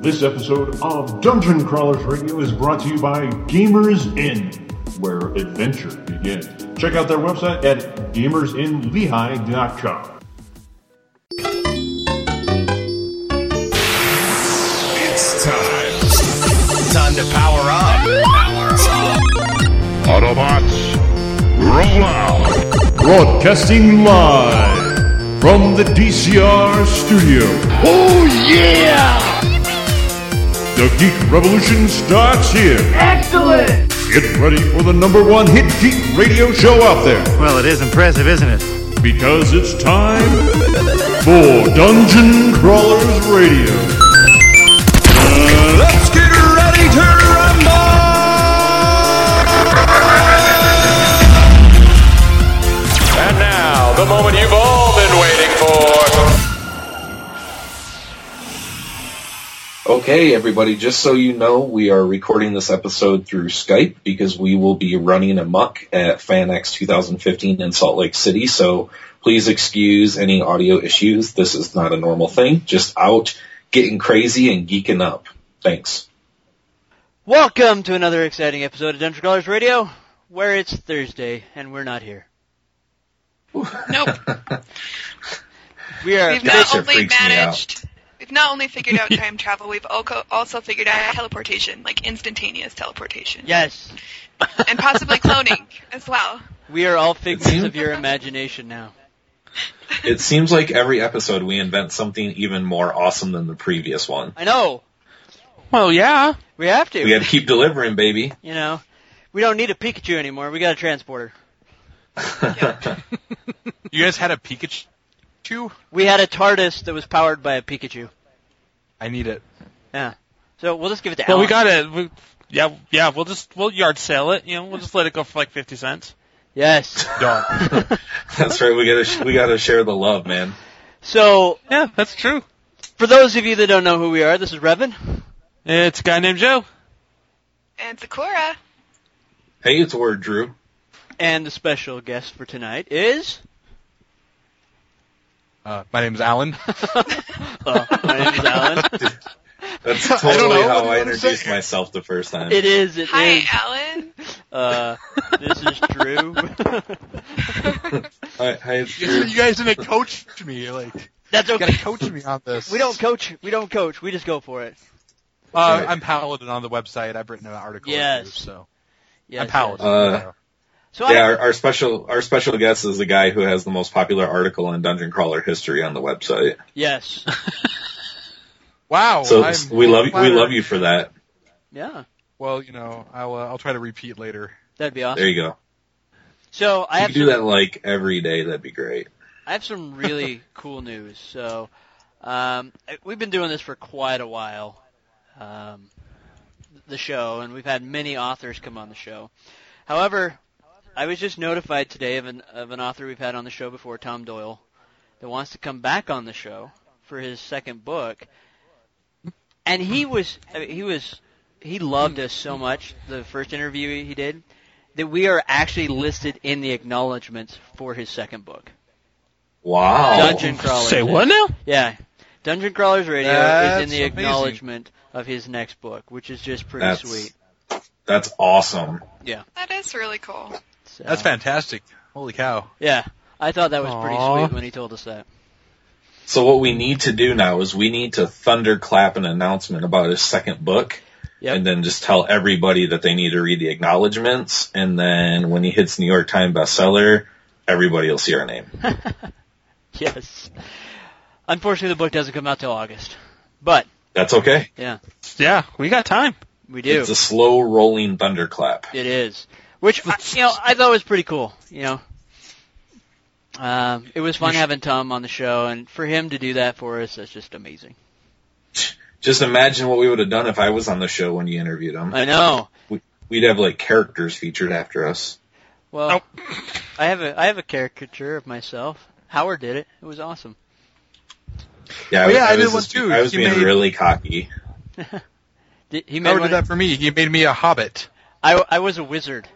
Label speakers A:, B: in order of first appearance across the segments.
A: This episode of Dungeon Crawlers Radio is brought to you by Gamers Inn, where adventure begins. Check out their website at gamersinlehigh.com.
B: It's time. Time to power up.
C: Autobots, roll out!
A: Broadcasting live from the DCR studio.
C: Oh yeah!
A: The Geek Revolution starts here. Excellent! Get ready for the number one hit geek radio show out there.
D: Well, it is impressive, isn't it?
A: Because it's time for Dungeon Crawlers Radio.
B: Let's get ready to rumble.
E: And now, the moment you've all been waiting for.
F: Okay, everybody, just so you know, we are recording this episode through Skype because we will be running amok at FanX 2015 in Salt Lake City, so please excuse any audio issues. This is not a normal thing. Just out getting crazy and geeking up. Thanks.
G: Welcome to another exciting episode of Dungeon Crawlers Radio, where it's Thursday and we're not here.
H: Nope.
G: We are
H: We've not
F: Gotcha
H: only
F: freaks me
H: managed. We've not only figured out time travel. We've alco- also figured out teleportation, like instantaneous teleportation,
G: yes,
H: and possibly cloning as well.
G: we are all figments
F: seems-
G: of your imagination now.
F: It seems like every episode we invent something even more awesome than the previous one.
G: I know
I: Well, yeah.
G: we have to.
F: We gotta keep delivering, baby.
G: you know, we don't need a Pikachu anymore. We got a transporter.
I: You guys had a Pikachu?
G: We had a TARDIS that was powered by a Pikachu.
I: I need it.
G: Yeah. So we'll just give it to
I: Well, we
G: Alan.
I: got it. We, yeah, yeah. We'll just we'll yard sale it. You know, we'll just let it go for like fifty cents.
G: Yes.
I: Dog.
F: That's right, we gotta, sh- we gotta share the love, man.
G: So
I: yeah, that's true.
G: for those of you that don't know who we are, this is Revan.
I: It's a guy named Joe.
H: And Sakura,
F: Hey, it's Word Drew.
G: And the special guest for tonight is
J: Uh, my name is Alan.
G: Oh, my name is Alan.
F: That's totally
J: know what
F: how I
J: I'm saying.
F: introduced myself the first time.
G: It is. It is.
H: hi Alan.
G: Uh, this is Drew.
F: Hi, hi, it's Drew.
J: you guys didn't coach me. Like,
G: That's
J: you gotta
G: okay.
J: coach me on this.
G: We don't coach. We don't coach. We just go for it.
J: Uh, I'm Paladin on the website. I've written an article.
G: Yes.
J: Or two, so
G: Yes,
J: I'm Paladin.
G: yes.
F: Uh,
G: So
F: Yeah,
G: I,
F: our, our special our special guest is the guy who has the most popular article in Dungeon Crawler history on the website.
G: yes,
J: Wow.
F: So
J: Oh, I'm
F: we love we
J: flattered.
F: love you for that.
G: yeah,
J: Well, you know, I'll uh, I'll try to repeat later.
G: that'd be
F: There
G: awesome.
F: you go.
G: So I
F: If
G: have
F: you do
G: some,
F: that like every day, that'd be great.
G: I have some really cool news. So um, I- we've been doing this for quite a while, um, the show, and we've had many authors come on the show. However, I was just notified today of an of an author we've had on the show before, Tom Doyle, that wants to come back on the show for his second book. And he was I mean, he was he loved us so much the first interview he did that we are actually listed in the acknowledgments for his second book.
F: Wow.
G: Dungeon Crawlers.
I: Oh. Say what now?
G: Yeah. Dungeon Crawlers Radio
J: That's
G: is in the
J: amazing.
G: acknowledgement of his next book, which is just pretty
F: That's
G: sweet.
F: That's awesome.
H: That is really cool.
G: So,
J: That's fantastic. Holy cow.
G: Yeah. I thought that was pretty
I: Aw.
G: sweet when he told us that.
F: So what we need to do now is we need to thunderclap an announcement about his second book.
G: Yep.
F: And then just tell everybody that they need to read the acknowledgments, and then when he hits New York Times bestseller, everybody will see our name.
G: Yes. Unfortunately, the book doesn't come out till August. But,
F: That's okay.
G: yeah,
I: Yeah, we got time.
G: we do.
F: It's a slow rolling thunderclap.
G: It is. Which, I- you know, I thought was pretty cool, you know. Um, it was fun having Tom on the show, and for him to do that for us, that's just amazing.
F: Just imagine what we would have done if I was on the show when you interviewed him.
G: I know.
F: We'd have like characters featured after us.
G: Well,
J: Oh.
G: I have a I have a caricature of myself. Howard did it. It was awesome.
F: Yeah,
J: Oh,
F: was-
J: yeah, I did
F: was
J: one
F: just-
J: too.
F: I was
J: He
F: being
J: made-
F: really cocky.
G: Did, he made
J: Howard
G: one.
J: did that for me. He made me a hobbit.
G: I I was a wizard.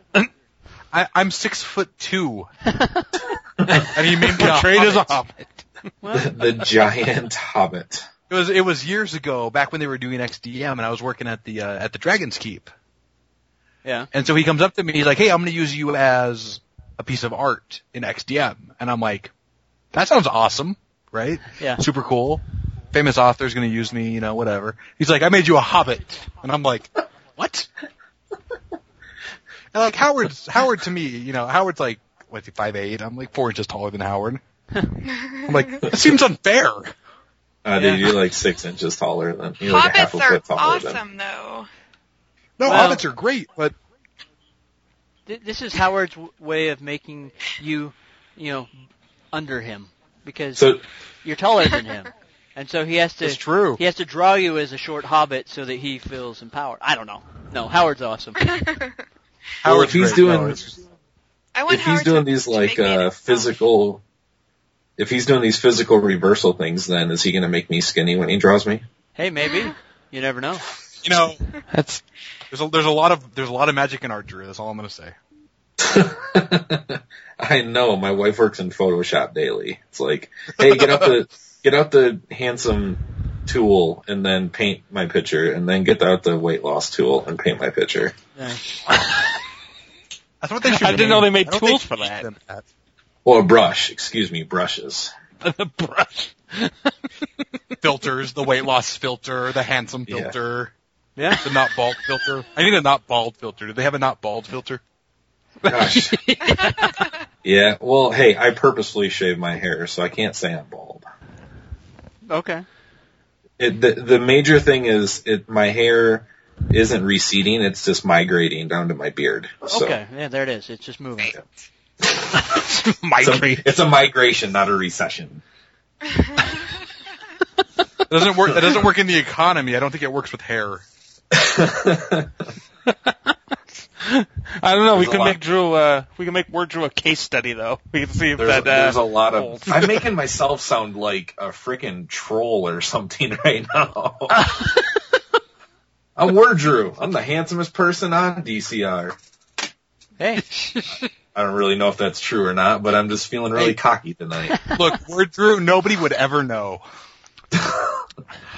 J: I, I'm six foot two, and he made me a
I: Trade is
J: hobbit.
I: off.
G: Well,
F: The giant hobbit.
J: It was it was years ago, back when they were doing XDM, and I was working at the uh, at the Dragon's Keep.
G: Yeah.
J: And so he comes up to me, he's like, "Hey, I'm going to use you as a piece of art in XDM," and I'm like, "That sounds awesome, right?
G: Yeah.
J: super cool. Famous author's going to use me, you know, whatever." He's like, "I made you a Hobbit," and I'm like, "What?" and like Howard's Howard to me, you know, Howard's like what's he five eight? I'm like four inches taller than Howard. I'm like, that seems unfair.
F: Uh,
G: Yeah.
F: Dude, you're like six inches taller than you're like a half a
H: Hobbits are
F: foot taller than.
H: awesome, though.
J: No,
G: Well-
J: hobbits are great, but
G: Th- This is Howard's w- way of making you, you know, under him because
F: So
G: you're taller than him, and so he has to.
J: it's true.
G: He has to draw you as a short hobbit so that he feels empowered. I don't know. No, Howard's awesome.
F: well,
J: Howard's
F: if he's
J: great,
F: doing
J: though, it's-
H: I want
F: if
H: Howard
F: he's doing
H: to-
F: these
H: to
F: like
H: make me an
F: uh,
H: elf.
F: physical, if he's doing these physical reversal things, then is he going to make me skinny when he draws me?
G: Hey, maybe. You never know.
J: you know,
I: That's
J: there's a, there's a lot of there's a lot of magic in art, Drew. That's all I'm gonna say.
F: I know my wife works in Photoshop daily. It's like, hey, get out the get out the handsome tool and then paint my picture, and then get out the weight loss tool and paint my picture.
J: That's what they should.
I: I didn't
J: name-
I: know they made
J: I don't
I: tools
J: think they
I: for
J: teach
I: that.
J: them that.
F: Or brush, excuse me, brushes.
I: the brush.
J: Filters, the weight loss filter, the handsome
F: Yeah.
J: filter,
G: Yeah.
J: the not bald filter. I need a not bald filter. Do they have a not bald filter?
F: Gosh. yeah. Well, hey, I purposefully shave my hair, so I can't say I'm bald.
G: Okay.
F: It, the the major thing is it my hair isn't receding; it's just migrating down to my beard. So,
G: Okay. Yeah, there it is. It's just moving.
F: It's a, it's a migration, not a recession.
J: It doesn't work. That doesn't work in the economy. I don't think it works with hair.
I: I don't know.
F: There's
I: we
F: a
I: can
F: lot.
I: make Drew. Uh, we can make Word Drew a case study though. We can see if
F: There's,
I: that. Uh,
F: there's a lot of.
I: holds.
F: I'm making myself sound like a freaking troll or something right now. I'm Word Drew. I'm the handsomest person on DCR.
G: Hey.
F: I don't really know if that's true or not, but I'm just feeling really
J: Hey.
F: cocky tonight.
J: Look, word Drew, nobody would ever know.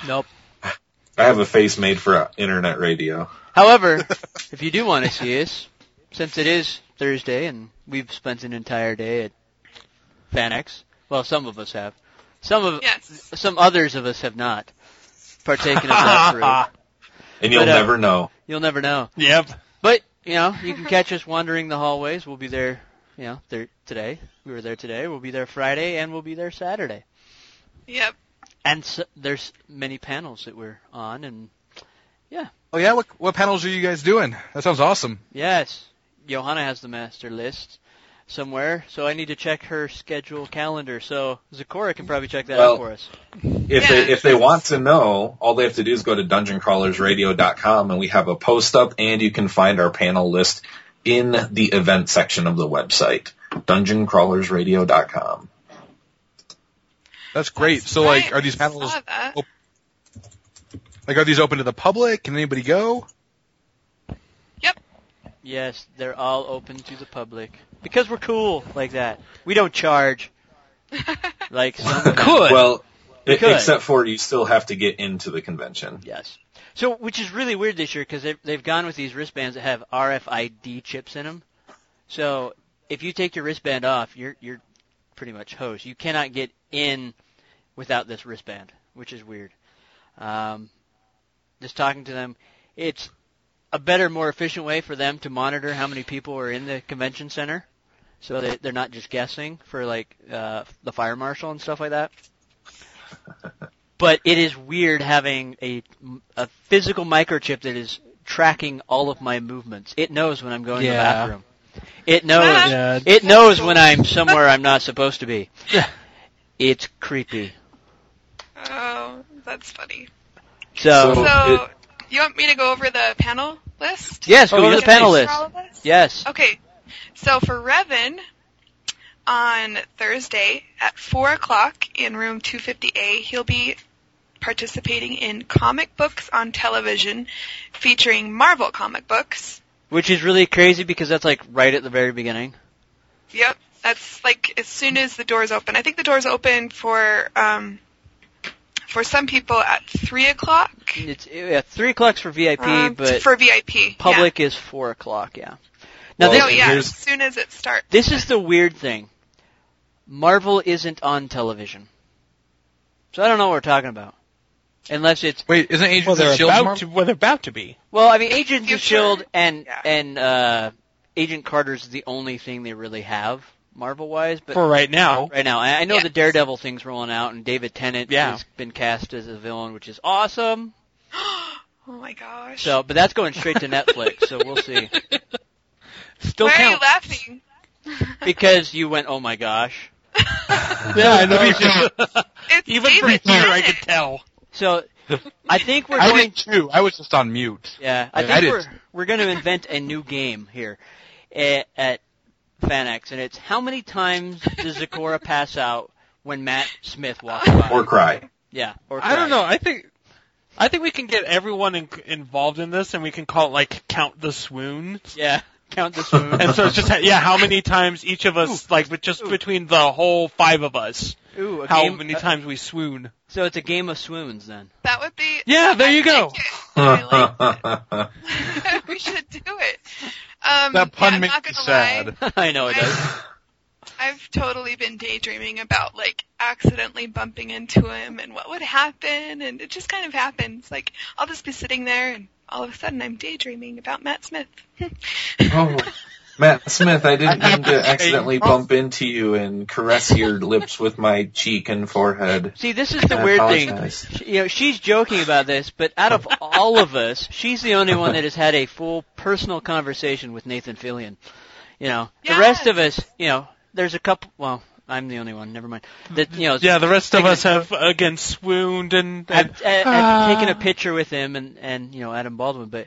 G: Nope.
F: I have a face made for uh, internet radio.
G: However, if you do want to see us, since it is Thursday and we've spent an entire day at Fanex, well, some of us have. Some of
H: Yes.
G: some others of us have not partaken of that fruit.
F: And you'll
G: But, uh,
F: never know.
G: You'll never know.
I: Yep.
G: But you know, you can catch us wandering the hallways. We'll be there. You know, there today. We were there today. We'll be there Friday, and we'll be there Saturday.
H: Yep.
G: And so, there's many panels that we're on, and
J: Oh yeah, what what panels are you guys doing? That sounds awesome.
G: Yes, Johanna has the master list somewhere, so I need to check her schedule calendar. So Zakora can probably check that
F: Well-
G: out for us.
F: If they if they want to know, all they have to do is go to dungeoncrawlersradio.com and we have a post up and you can find our panel list in the event section of the website. Dungeoncrawlersradio.com.
J: That's great. so like, are these
H: I
J: panels
H: saw that.
J: oh. like are these open to the public? Can anybody go?
G: Yes, they're all open to the public because we're cool like that. We don't charge like some. of them.
I: Good.
F: Well, e-
G: Good.
F: except for you still have to get into the convention.
G: Yes. So, which is really weird this year because they've, they've gone with these wristbands that have RFID chips in them. So, if you take your wristband off, you're you're pretty much hosed. You cannot get in without this wristband, which is weird. Um, just talking to them, it's a better, more efficient way for them to monitor how many people are in the convention center, so that they're not just guessing for like uh, the fire marshal and stuff like that but it is weird having a, a physical microchip that is tracking all of my movements. It knows when I'm going to the
I: Yeah.
G: bathroom. It knows.
I: Uh,
H: Yeah.
G: It knows when I'm somewhere I'm not supposed to be. It's creepy.
H: Oh, that's funny.
G: So,
F: So-
H: So, you want me to go over the panel list?
G: yes, go
I: Oh,
G: to
I: yes,
G: the panel
H: For
G: list.
H: all of us?
G: Yes.
H: Okay, so for Revan, on Thursday at 4 o'clock in room 250A, he'll be participating in comic books on television featuring Marvel comic books.
G: Which is really crazy because that's like right at the very beginning.
H: Yep, that's like as soon as the doors open. I think the doors open for um, for some people at 3 o'clock.
G: It's yeah, three o'clock's for VIP,
H: Um,
G: but
H: for VIP.
G: public is four o'clock. Yeah.
F: Well,
G: Now
H: Yeah. No,
G: this,
H: Oh, yeah, as
F: here's-
H: soon as it starts.
G: this is the weird thing. Marvel isn't on television, so I don't know what we're talking about. Unless it's
J: Wait, isn't Agents
I: Well, they're
J: of Shield
I: about
J: tomorrow?
I: to. Well, they're about to be.
G: well, I mean, Agents
H: Future.
G: of Shield and
H: Yeah.
G: and uh, Agent Carter's the only thing they really have Marvel wise, but
I: For right now,
G: right now. I I know
H: Yeah.
G: the Daredevil thing's rolling out, and David Tennant
I: Yeah.
G: has been cast as a villain, which is awesome.
H: Oh my gosh.
G: So, but that's going straight to Netflix, so we'll see.
I: still
H: Why are you
I: count.
H: laughing?
G: Because you went, oh my gosh.
I: Yeah, I know.
H: It's
I: Even from here,
H: David
I: I
H: Tennant.
I: could tell.
G: So, I think we're
J: I
G: going.
J: did too. I was just on mute.
G: Yeah, I
J: Yeah,
G: think
J: I did.
G: we're we're going to invent a new game here at, at FanX, and it's how many times does Zakora pass out when Matt Smith walks by?
F: Or cry.
G: yeah, or
I: I
G: cry.
I: don't know. I think. I think we can get everyone in, involved in this, and we can call it like count the swoon.
G: Yeah, count the swoon.
I: And so it's just yeah, how many times each of us like, but just between the whole five of us,
G: Ooh, a
I: how
G: game-
I: many
G: uh,
I: times we swoon.
G: so it's a game of swoons then.
H: That would be.
I: Yeah, there
H: I
I: you go.
H: like it. I like it. we should do it. Um,
J: That pun
H: yeah, I'm
J: makes
H: not
J: me
H: gonna
J: sad.
H: lie.
G: I know it does.
H: I've totally been daydreaming about like accidentally bumping into him and what would happen, and it just kind of happens. Like I'll just be sitting there, and all of a sudden I'm daydreaming about Matt Smith.
F: Oh, Matt Smith, I didn't mean to accidentally bump into you and caress your lips with my cheek and forehead.
G: See, this is the
F: I
G: weird
F: apologize.
G: thing. She- You know, she's joking about this, but out of all of us, she's the only one that has had a full personal conversation with Nathan Fillion. You know, the rest of us, you know, there's a couple. Well, I'm the only one. Never mind. That you know,
I: Yeah, the rest of
G: taken-
I: us have again swooned and, and
G: I've, I-
I: Uh.
G: I've taken a picture with him and and you know Adam Baldwin, but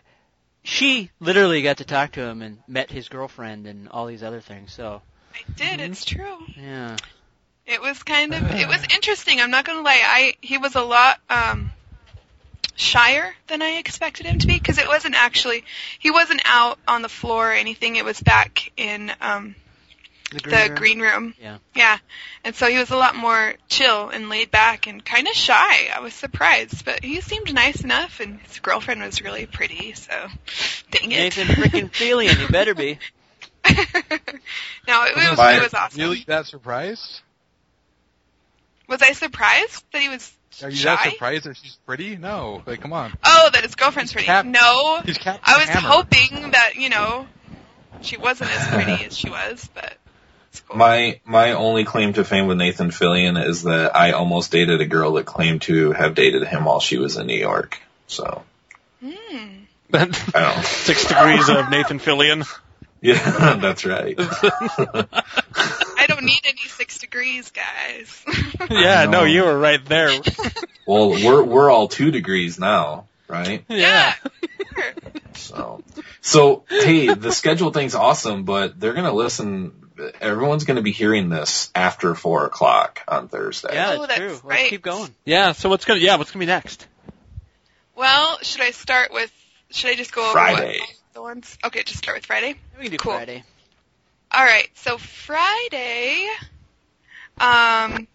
G: she literally got to talk to him and met his girlfriend and all these other things. So
H: I did. It's true.
G: yeah,
H: It was kind of. It was interesting. I'm not gonna lie. I he was a lot um, shyer than I expected him to be because it wasn't actually. He wasn't out on the floor or anything. It was back in um,
G: the green.
H: the
G: room.
H: green room.
G: Yeah.
H: Yeah. And so he was a lot more chill and laid back and kind of shy. I was surprised, but he seemed nice enough, and his girlfriend was really pretty. So, dang it.
G: Nathan freaking Fillion, you better be.
H: no, it was,
F: Bye.
H: it was awesome.
J: Really that surprised?
H: Was I surprised that he was
J: Are you
H: shy?
J: that surprised that she's pretty? No. Like, come on.
H: Oh, that his girlfriend's pretty.
J: Cap-
H: no,
J: He's Captain
H: I was
J: Hammer.
H: hoping that you know she wasn't as pretty as she was, but it's cool.
F: My my only claim to fame with Nathan Fillion is that I almost dated a girl that claimed to have dated him while she was in New York. So
H: Hmm.
F: I don't.
I: six degrees of Nathan Fillion.
F: Yeah, that's right.
H: I don't need any six degrees, guys.
I: Yeah,
F: know.
I: no, you were right there.
F: well, we're we're all two degrees now, right?
I: Yeah.
H: Sure.
F: So, so hey, the schedule thing's awesome, but they're gonna listen. Everyone's gonna be hearing this after four o'clock on Thursday.
G: Yeah,
H: Oh,
G: it's
H: that's
G: true. Let's
H: right.
G: keep going.
I: Yeah, so what's gonna yeah, what's gonna be next?
H: Well, should I start with? Should I just go over
F: Friday.
H: What, the ones? Okay, just start with Friday.
G: We can do
H: Cool.
G: Friday.
H: All right. So Friday, um,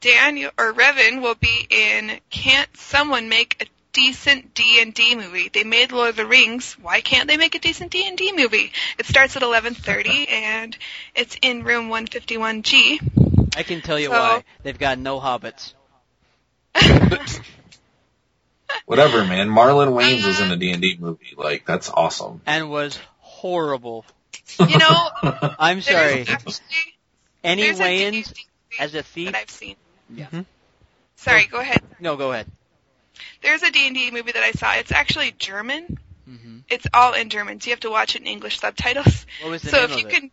H: Daniel or Revan will be in. Can't someone make a decent D and D movie? They made Lord of the Rings. Why can't they make a decent D and D movie? It starts at 11:30 and it's in room 151G.
G: I can tell you
H: So-
G: why. They've got no hobbits.
F: Whatever, man. Marlon Wayans was in a D and D movie. Like that's awesome.
G: And was horrible.
H: You know,
G: I'm sorry.
H: there's actually
G: Any
H: there's a
G: Wayans
H: D&D
G: as a thief?
H: that I've seen.
G: Yeah.
H: Sorry, go ahead.
G: No, go ahead.
H: There's a D&D movie that I saw. It's actually German.
G: hmm
H: It's all in German, so you have to watch it in English subtitles.
G: What was the
H: so
G: name
H: if you
G: of it?
H: can,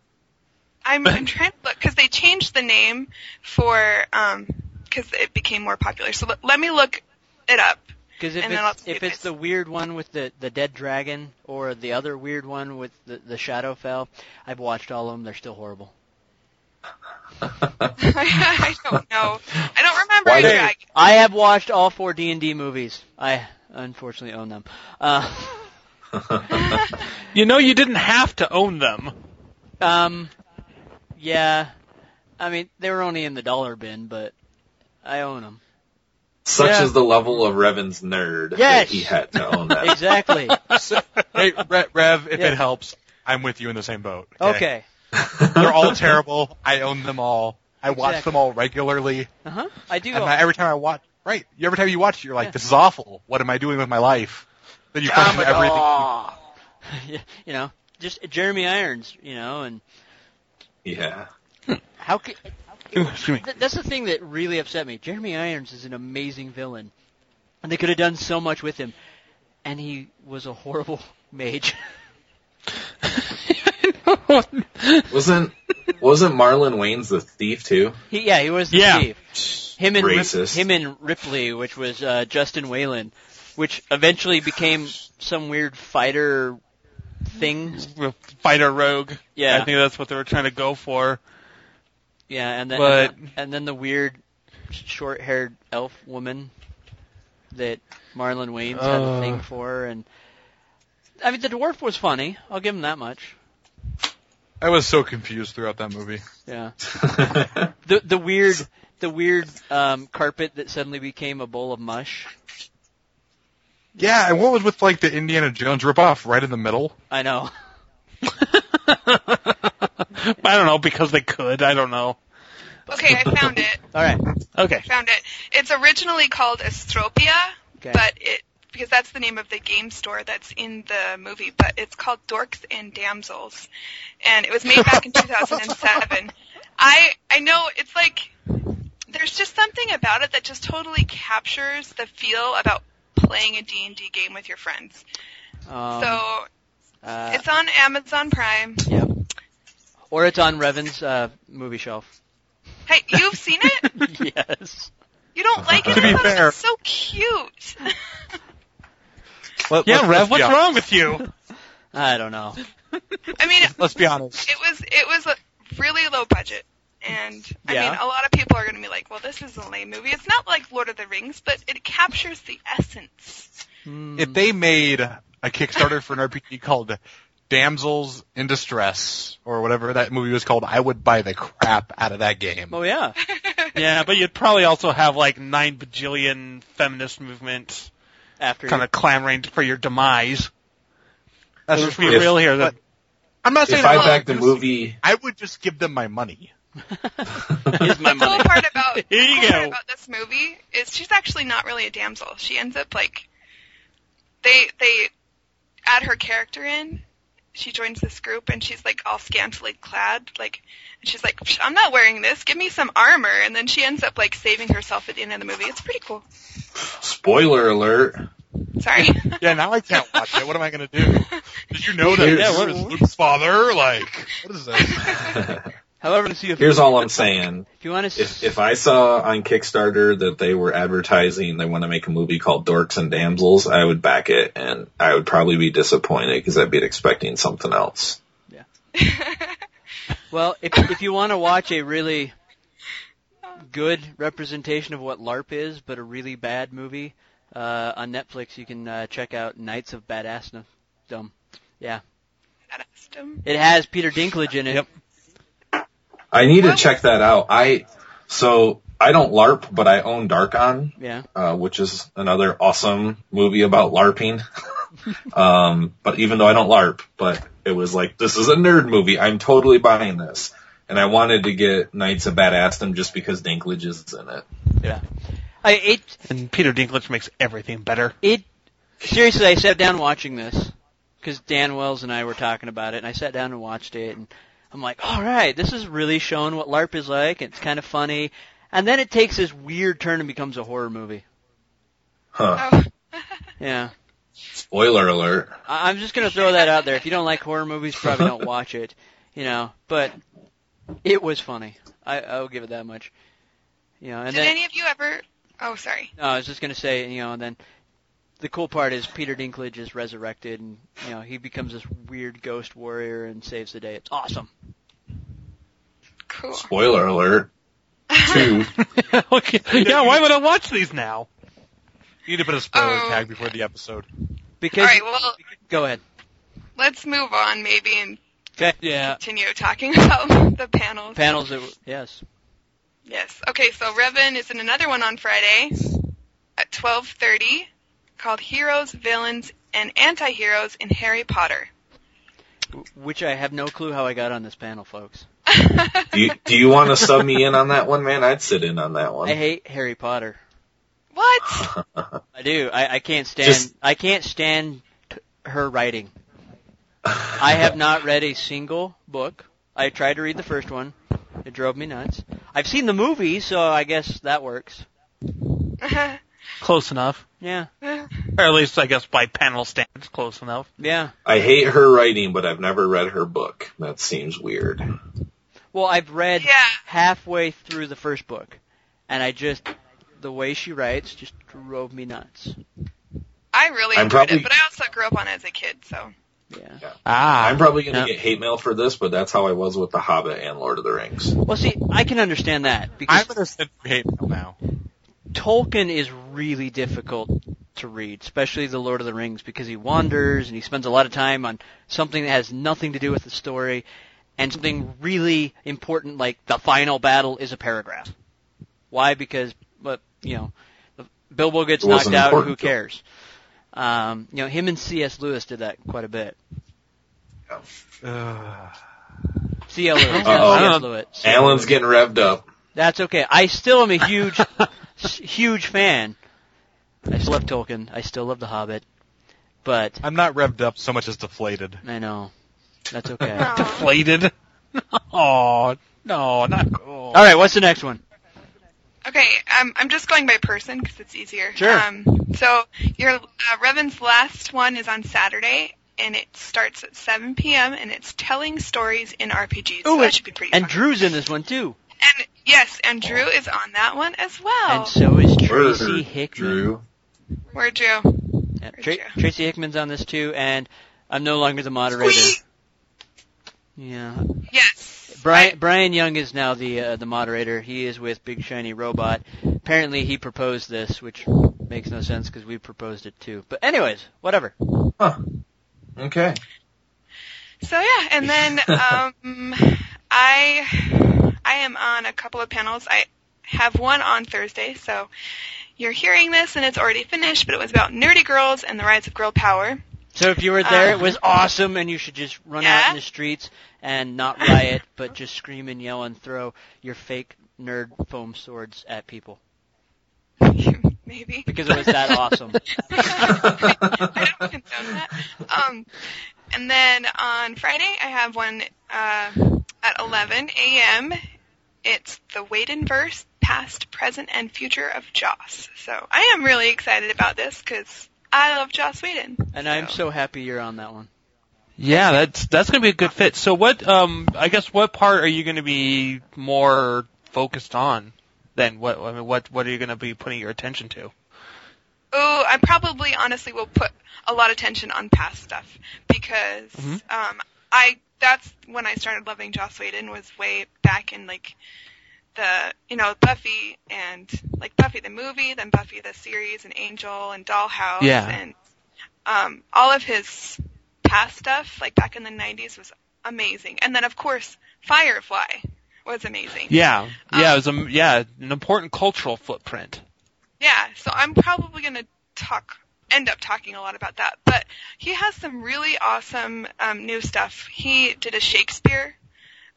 H: I'm I'm trying to look because they changed the name for um because it became more popular. So let, let me look it up.
G: Because if
H: and then I'll
G: it's
H: see
G: if
H: if
G: it's
H: it's-
G: the weird one with the the dead dragon or the other weird one with the the Shadowfell, I've watched all of them. They're still horrible.
H: I don't know. I don't remember.
F: Why
H: either.
F: did-
H: I,
G: I have watched all four D and D movies. I unfortunately own them. Uh,
I: You know you didn't have to own them.
G: um, yeah, I mean they were only in the dollar bin, but I own them.
F: Such
G: Yeah.
F: is the level of Revan's nerd that
G: Yes.
F: he had to own that.
G: Exactly.
J: hey, Re- Rev, if
G: Yeah.
J: it helps, I'm with you in the same boat.
G: Okay.
J: They're all terrible. I own them all. I watch
G: Exactly.
J: them all regularly.
G: Uh huh. I do.
J: And I, every time I watch, right, every time you watch it, you're like, this is awful. What am I doing with my life? Then you question everything.
G: you know, just Jeremy Irons. You know, and
F: Yeah.
G: how could
J: Excuse me.
G: Th- that's the thing that really upset me. Jeremy Irons is an amazing villain, and they could have done so much with him, and he was a horrible mage.
F: Wasn't wasn't Marlon Wayne's the thief too?
G: he, yeah, he was the
I: Yeah.
G: thief. Him and Rip-
F: Racist.
G: him and Ripley, which was uh, Justin Whalen, which eventually became some weird fighter thing.
I: Fighter Rogue.
G: Yeah.
I: I think that's what they were trying to go for.
G: Yeah, and then
I: But-
G: and, the- and then the weird short-haired elf woman that Marlon Wayans had a thing
I: Uh.
G: for, and I mean the dwarf was funny. I'll give him that much.
J: I was so confused throughout that movie.
G: Yeah. the the weird the weird um, carpet that suddenly became a bowl of mush.
J: Yeah, and what was with like the Indiana Jones ripoff right in the middle?
G: I know.
I: I don't know because they could. I don't know.
H: Okay, I found it.
G: All right.
I: Okay.
H: Found it. It's originally called Estropia,
G: Okay.
H: but it because that's the name of the game store that's in the movie, but it's called Dorks and Damsels, and it was made back in 2007. I I know it's like there's just something about it that just totally captures the feel about playing a D&D game with your friends.
G: Um,
H: so
G: uh,
H: it's on Amazon Prime.
G: yep. Or it's on Revan's uh, movie shelf.
H: Hey, you've seen it?
G: yes.
H: You don't like it?
J: To be
H: I thought it
J: fair.
H: was so cute.
J: Let-
I: Yeah,
J: let's-
I: Rev,
J: let's be
I: what's
J: hon-
I: wrong with you?
G: I don't know.
H: I mean,
J: Let's be honest.
H: it was it was a really low budget and i
G: Yeah.
H: mean a lot of people are going to be like well this is a lame movie it's not like lord of the rings but it captures the essence
J: If they made a Kickstarter for an RPG called Damsels in Distress or whatever that movie was called, I would buy the crap out of that game.
G: Oh yeah.
I: Yeah, but you'd probably also have like nine bajillion feminist movements
G: After
I: kind of clamoring for your demise.
J: That's
I: Let's
J: just
I: be
J: weird.
I: real here. That,
J: I'm not saying
F: if I
J: I'm
F: backed the
J: gonna see-
F: movie
J: I would just give them my money.
G: is my
H: the cool
G: money.
H: part about the
I: Here you
H: cool part
I: go.
H: about this movie is she's actually not really a damsel she ends up like they they add her character in she joins this group and she's like all scantily clad like and she's like "Psh, i'm not wearing this give me some armor and then she ends up like saving herself at the end of the movie it's pretty cool
F: spoiler alert.
H: sorry
J: Yeah, now I can't watch it. What am I gonna do? Did you know that
F: Yeah,
J: Peter
F: what-
J: is Luke's father? Like, what is that?
G: However, if you,
F: Here's all I'm saying.
G: if you want to,
F: If if I saw on Kickstarter that they were advertising they want to make a movie called Dorks and Damsels, I would back it and I would probably be disappointed because I'd be expecting something else.
G: well, if if you want to watch a really good representation of what LARP is, but a really bad movie uh, on Netflix, you can uh, check out Knights of Badassness. Dumb. Yeah,
H: That asked him.
G: it has Peter Dinklage in it.
I: Yep.
F: I need to check that out. I so I don't LARP, but I own Darkon,
G: Yeah.
F: uh, which is another awesome movie about LARPing. um, but even though I don't LARP, but it was like this is a nerd movie. I'm totally buying this, and I wanted to get Knights of Badassdom just because Dinklage is in it.
G: I, it
I: and Peter Dinklage makes everything better.
G: it seriously, I sat down watching this because Dan Wells and I were talking about it, and I sat down and watched it, and I'm like, all right, this is really showing what LARP is like. and It's kind of funny, and then it takes this weird turn and becomes a horror movie.
F: Huh?
H: Oh,
G: Yeah.
F: Spoiler alert.
G: I- I'm just gonna throw that out there. If you don't like horror movies, probably don't watch it. You know, but it was funny. I I'll give it that much. You know, and
H: did
G: then
H: any of you ever? Oh, sorry.
G: no, I was just gonna say, you know, and then the cool part is Peter Dinklage is resurrected, and you know he becomes this weird ghost warrior and saves the day. It's awesome.
H: Cool.
F: Spoiler alert. Two.
I: Okay. Yeah, why would I watch these now?
J: You need to put a spoiler
H: Oh.
J: tag before the episode.
G: Because
H: All right. Well,
G: go ahead.
H: let's move on maybe and
I: Yeah.
H: continue talking about the panels.
G: Panels that were- yes.
H: yes. Okay. So Revan is in another one on Friday. at 12:30 called Heroes, Villains, and Anti-Heroes in Harry Potter.
G: Wh- Which I have no clue how I got on this panel, folks.
F: Do you, do you want to sub me in on that one, man? I'd sit in on that one.
G: I hate Harry Potter.
H: What?
G: I do. I, I can't stand.
F: Just-
G: I can't stand t- her writing. I have not read a single book. I tried to read the first one. It drove me nuts. I've seen the movie, so I guess that works.
I: Close enough.
G: Yeah,
I: Or at least, I guess, by panel standards, close enough.
G: yeah.
F: I hate her writing, but I've never read her book. That seems weird.
G: Well, I've read
H: Yeah.
G: halfway through the first book, and I just the way she writes just drove me nuts.
H: I really
F: I'm
H: enjoyed
F: probably-
H: it, but I also grew up on it as a kid, so
G: Yeah.
I: Ah.
F: I'm probably going to
G: Yeah.
F: get hate mail for this, but that's how I was with The Hobbit and Lord of the Rings.
G: Well, see, I can understand that because
J: I'm gonna send you hate mail now.
G: Tolkien is really difficult to read, especially The Lord of the Rings, because he wanders and he spends a lot of time on something that has nothing to do with the story, and something really important like the final battle is a paragraph. Why? Because, but you know, Bilbo gets
F: It
G: knocked
F: wasn't
G: out.
F: important
G: Who
F: to him.
G: cares? Um, you know, him and C.S. Lewis did that quite a bit. C.L. Lewis,
F: Uh-oh.
G: not C.S. Lewis. C.L.
F: Alan's getting revved up.
G: That's okay. I still am a huge, s- huge fan. I still love Tolkien. I still love The Hobbit. But
J: I'm not revved up so much as deflated.
G: I know that's okay.
H: Aw.
I: Deflated. Oh no, not cool.
G: All right, what's the next one?
H: Okay, um, I'm just going by person because it's easier.
G: Sure.
H: Um, so your uh, Revan's last one is on Saturday, and it starts at 7 p.m. and it's telling stories in RPGs. so
G: Ooh,
H: that
G: and-
H: should be pretty.
G: And
H: fun.
G: Drew's in this one too,
H: and yes, and Drew is on that one as well.
G: and so is
F: Murder,
G: Tracy Hickman.
F: Drew.
H: Where Drew?
G: Yeah, Tra- Tracy Hickman's on this too, and I'm no longer the moderator.
H: Sweet.
G: Yeah,
H: Yes.
G: Brian Brian Young is now the uh, the moderator. He is with Big Shiny Robot. Apparently, he proposed this, which makes no sense because we proposed it too. But anyways, whatever.
F: Okay.
H: So yeah, and then um, I I am on a couple of panels. I have one on Thursday, so you're hearing this and it's already finished, but it was about nerdy girls and the rise of girl power.
G: So if you were there, it
H: Uh,
G: was awesome, and you should just run out
H: yeah?
G: in the streets and not riot, but just scream and yell and throw your fake nerd foam swords at people
H: Maybe.
G: because it was that awesome.
H: I don't condone that. Um, and then on Friday, I have one uh, at 11 a.m. It's the Waidenverse, Past, Present, and Future of Joss. So I am really excited about this because I love Joss Whedon.
G: And I'm so happy you're on that one.
I: Yeah, that's that's gonna be a good fit. So what? Um, I guess what part are you gonna be more focused on? Then what? I mean, what what are you gonna be putting your attention to?
H: Oh, I probably honestly will put a lot of tension on past stuff because um, I that's when I started loving Joss Whedon was way back in like the you know Buffy and like Buffy the movie, then Buffy the series, and Angel and Dollhouse,
I: Yeah.
H: and um, all of his past stuff like back in the '90s was amazing, and then of course Firefly was amazing.
I: Yeah, yeah, it was a, yeah an important cultural footprint.
H: Yeah, so I'm probably going to talk, end up talking a lot about that. But he has some really awesome um, new stuff. He did a Shakespeare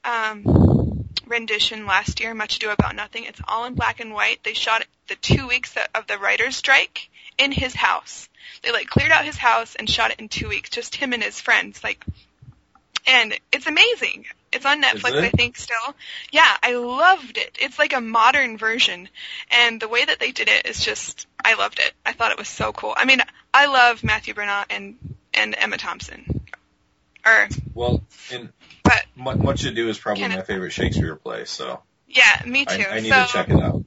H: um, rendition last year, Much Ado About Nothing. It's all in black and white. They shot it the two weeks that, of the writer's strike in his house. They like cleared out his house and shot it in two weeks, just him and his friends. Like, and it's amazing. It's on Netflix,
F: it?
H: I think, still. Yeah, I loved it. It's like a modern version, and the way that they did it is just, I loved it. I thought it was so cool. I mean, I love Matthew Bernard and and Emma Thompson, or
F: Well, and
H: but
F: Mu- Much Ado is probably
H: Can I-
F: my favorite Shakespeare play, so
H: yeah, me too.
F: I, I need
H: so
F: to check it out.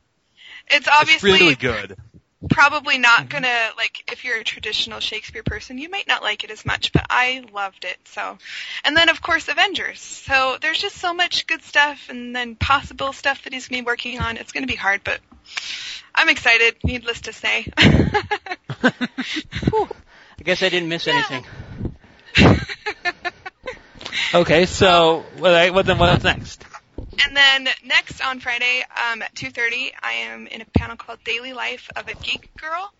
H: it's obviously
J: it's really good. Mm-hmm.
H: probably not gonna like if you're a traditional Shakespeare person, you might not like it as much, but I loved it. So, and then of course Avengers. So there's just so much good stuff, and then possible stuff that he's gonna be working on. It's gonna be hard, but I'm excited. Needless to say.
G: I guess I didn't miss anything.
I: Okay, so what? I- What then? What's next?
H: And then next on Friday um, at 2.30, I am in a panel called Daily Life of a Geek Girl.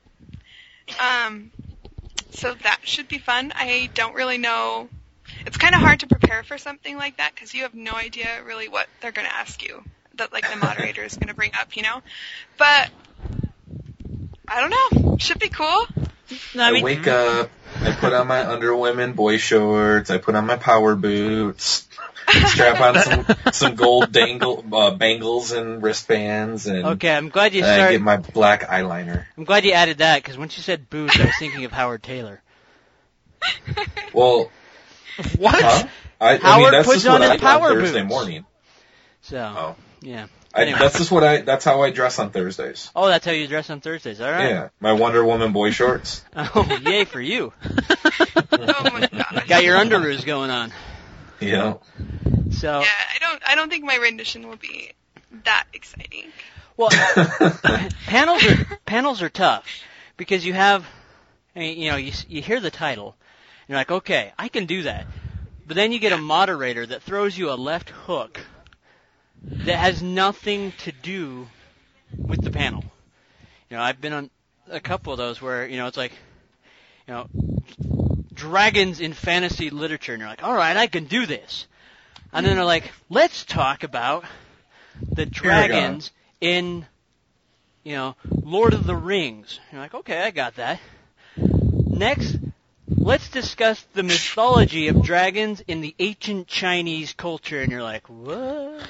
H: Um, so that should be fun. I don't really know. It's kind of hard to prepare for something like that because you have no idea really what they're going to ask you. That like the moderator is going to bring up, you know. But I don't know. Should be cool.
G: No, I
F: I
G: mean,
F: wake up. I put on my underwomen boy shorts. I put on my power boots. strap on some some gold dangle uh, bangles and wristbands, and
H: Mm-hmm.
G: okay, I'm glad you
F: and I
G: started.
F: get my black eyeliner.
G: I'm glad you added that because when she said booze, I was thinking of Howard Taylor.
F: Well,
I: What?
F: huh? I, I mean,
G: Howard
F: that's
G: puts
F: just what
G: on his
F: I do
G: power
F: on Thursday
G: boots.
F: morning.
G: So
F: Oh.
G: yeah.
F: I,
G: Anyway.
F: That's just what I. That's how I dress on Thursdays.
G: Oh, that's how you dress on Thursdays. All right.
F: Yeah, my Wonder Woman boy shorts.
G: Oh, yay for you.
H: Oh my gosh.
G: Got your underoos going on.
F: You know,
G: So
H: Yeah, I don't. I don't think my rendition will be that exciting.
G: well, panels are panels are tough because you have, I mean, you know, you s- you hear the title, and you're like, okay, I can do that, but then you get a moderator that throws you a left hook that has nothing to do with the panel. You know, I've been on a couple of those where you know it's like, you know, dragons in fantasy literature, and you're like, all right, I can do this, and then they're like, let's talk about the dragons in, you know, Lord of the Rings. You're like, okay, I got that. Next, let's discuss the mythology of dragons in the ancient Chinese culture, and you're like, what?
I: Uh,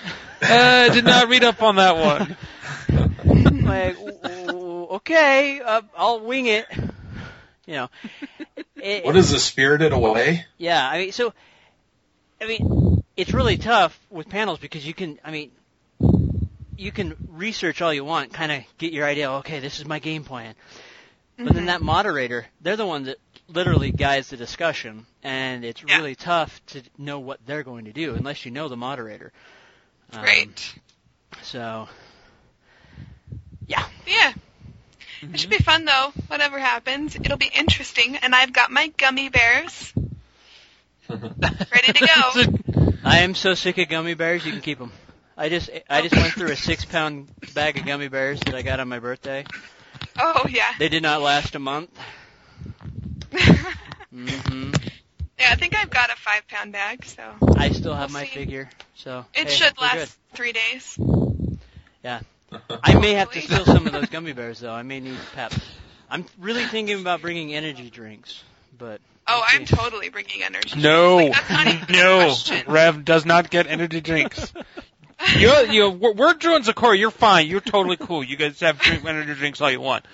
I: I did not read up on that one.
G: like, w- w- okay, uh, I'll wing it. You know, It-
F: what is the Spirited Away?
G: yeah, I mean, so, I mean, it's really tough with panels because you can, I mean, you can research all you want, kind of get your idea. Okay, this is my game plan. But
H: Mm-hmm.
G: then that moderator, they're the one that literally guides the discussion, and it's
H: Yeah.
G: really tough to know what they're going to do unless you know the moderator. Um,
H: Right.
G: So,
H: Yeah. It
G: Mm-hmm.
H: should be fun though. Whatever happens, it'll be interesting. And I've got my gummy bears ready to go.
G: I am so sick of gummy bears. You can keep them. I just I just went through a six pound bag of gummy bears that I got on my birthday.
H: Oh yeah.
G: They did not last a month. hmm
H: Yeah, I think I've got a five pound bag, so
G: I still have
H: We'll
G: my
H: see.
G: figure, so
H: it
G: hey,
H: should
G: we're
H: last
G: good.
H: three days.
G: I may have to
H: Hopefully.
G: steal some of those gummy bears though. I may need pep. I'm really thinking about bringing energy drinks, but
H: Oh, I'm
G: Okay.
H: totally bringing energy.
I: No,
H: Like, that's not even a
I: no,
H: question.
I: Rev does not get energy drinks. You're, you we're, we're Drew and Zakora. You're fine. You're totally cool. You guys have drink, energy drinks all you want.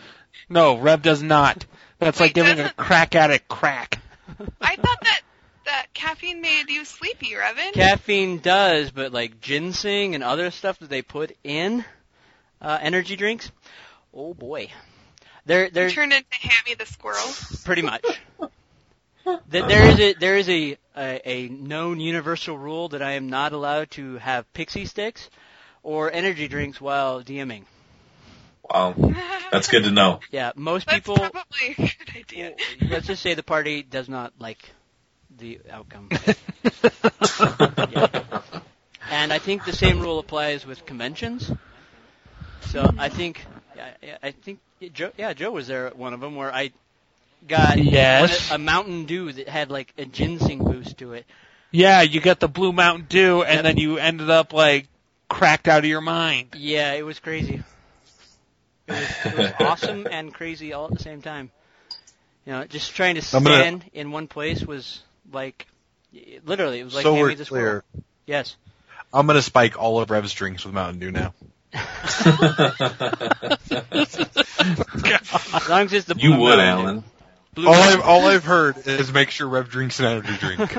I: No, Rev does not. That's like
H: Wait,
I: giving a
H: doesn't-
I: crack addict crack.
H: I thought that that caffeine made you sleepy, Revan.
G: caffeine does. But like ginseng and other stuff that they put in uh, energy drinks. Oh boy, they're
H: you
G: they're
H: turn into Hammy the squirrel.
G: pretty much. Th- there is a there is a, a a known universal rule that I am not allowed to have pixie sticks or energy drinks while DMing.
F: Wow, that's good to know.
G: Yeah, most
H: That's
G: people.
H: probably a good idea.
G: Let's just say the party does not like the outcome, and I think the same rule applies with conventions. So I think, yeah, yeah, I think Joe, yeah, Joe was there at one of them where I got
I: Yes.
G: a Mountain Dew that had like a ginseng boost to it.
I: Yeah, you got the blue Mountain Dew, and
G: Yep.
I: then you ended up like cracked out of your mind.
G: Yeah, it was crazy. It was, it was awesome and crazy all at the same time. You know, just trying to
J: I'm
G: stand
J: gonna-
G: in one place was like, y- literally, it was like
J: so
G: Hammy
J: we're
G: the
J: clear.
G: Squirrel. Yes.
J: I'm gonna spike all of Rev's drinks with Mountain Dew now.
G: As long as it's the
F: you
G: blue
F: would,
G: Mountain Dew.
F: Alan.
I: Blue
J: All
I: Mountain-
J: I've, all I've heard is make sure Rev drinks an energy drink.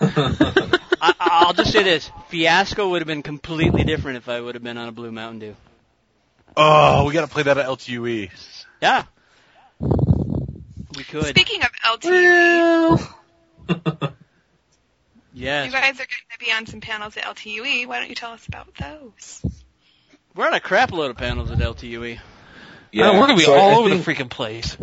G: I, I'll just say this: Fiasco would have been completely different if I would have been on a Blue Mountain Dew.
J: oh, we gotta play that at LTUE.
G: Yeah. We could.
H: Speaking of E, LTE,
G: yes.
H: you guys are going to be on some panels at LTUE. E. Why don't you tell us about those?
G: We're on a crap load of panels at LTUE.
I: Yeah, we're gonna be all
F: I
I: over
F: think-
I: the freaking place.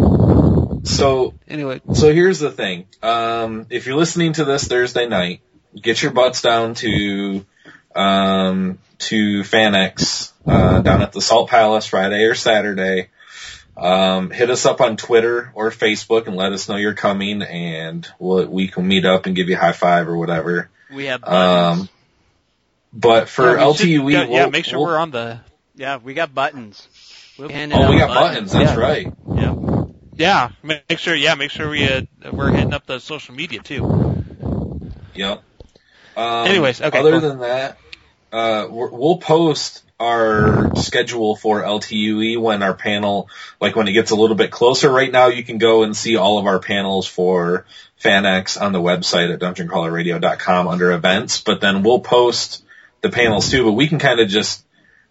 F: So
I: Anyway,
F: So here's the thing. Um, if you're listening to this Thursday night, get your butts down to um, to FanX uh, down at the Salt Palace Friday or Saturday. Um, hit us up on Twitter or Facebook and let us know you're coming, and we'll, we can meet up and give you a high five or whatever.
G: We have buttons.
F: Um, but for
I: Yeah, we should-
F: LTUE,
I: yeah, yeah,
F: E, we'll-
I: make sure
F: we'll-
I: we're on the.
G: yeah, we got buttons. We'll be handing
F: Oh, we
G: out
F: got buttons. That's
I: yeah.
F: right.
G: Yeah.
I: Yeah, ma- make sure. Yeah, make sure we uh, we're hitting up the social media too.
F: Yep. Um,
I: Anyways, okay,
F: Other
I: cool.
F: than that, uh, we're, we'll post our schedule for LTUE E when our panel, like when it gets a little bit closer. Right now, you can go and see all of our panels for FanX on the website at dungeoncrawlerradio.com under events. But then we'll post the panels too. But we can kind of just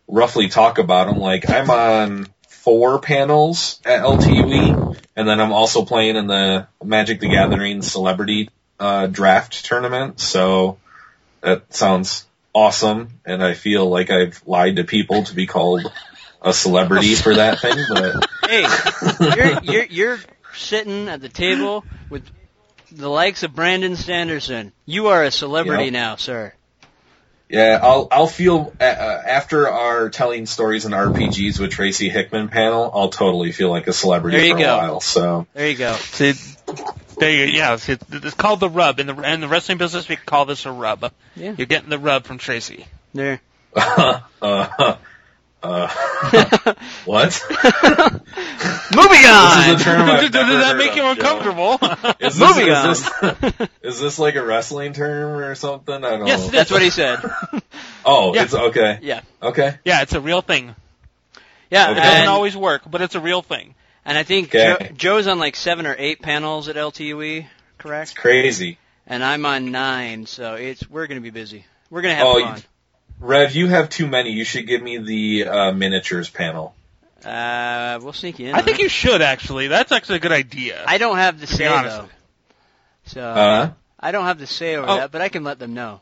F: roughly talk about them. Like I'm on four panels at LTUE, E, and then I'm also playing in the Magic the Gathering Celebrity uh, draft tournament, so that sounds awesome, and I feel like I've lied to people to be called a celebrity for that thing, but
G: Hey, you're, you're you're sitting at the table with the likes of Brandon Sanderson. You are a celebrity
F: Yep.
G: now, sir.
F: yeah, I'll I'll feel uh, uh, after our telling stories and RPGs with Tracy Hickman panel, I'll totally feel like a celebrity
G: There you
F: for
G: go.
F: a while. So
G: There you go.
I: See, there you, yeah, see, it's called the rub in the in the wrestling business. We call this a rub.
G: Yeah.
I: You're getting the rub from Tracy.
G: There.
F: uh, uh, what?
G: Moving
F: This
G: on.
F: is a term I've
I: Does
F: never
I: that
F: heard
I: make
F: of,
I: you
F: Joe.
I: uncomfortable?
F: Is this,
G: Moving on.
F: is this, is this like a wrestling term or something? I don't
I: Yes,
F: know.
I: it is.
G: That's what he said.
F: Oh,
I: Yeah.
F: it's okay.
G: Yeah.
F: Okay.
I: yeah, it's a real thing.
G: Yeah.
F: Okay.
I: It doesn't
G: And,
I: always work, but it's a real thing.
G: and I think
F: Okay.
G: Joe, Joe's on like seven or eight panels at LTUE, E, correct?
F: Crazy.
G: And I'm on nine, so it's we're gonna be busy. We're gonna have
F: Oh,
G: fun.
F: Rev, you have too many. You should give me the uh, miniatures panel.
G: Uh, we'll sneak you in.
I: I
G: on
I: think
G: it.
I: you should actually. That's actually a good idea.
G: I don't have the
I: be
G: say
I: honest.
G: though. So.
F: Uh,
G: I don't have the say over
I: Oh.
G: that, but I can let them know.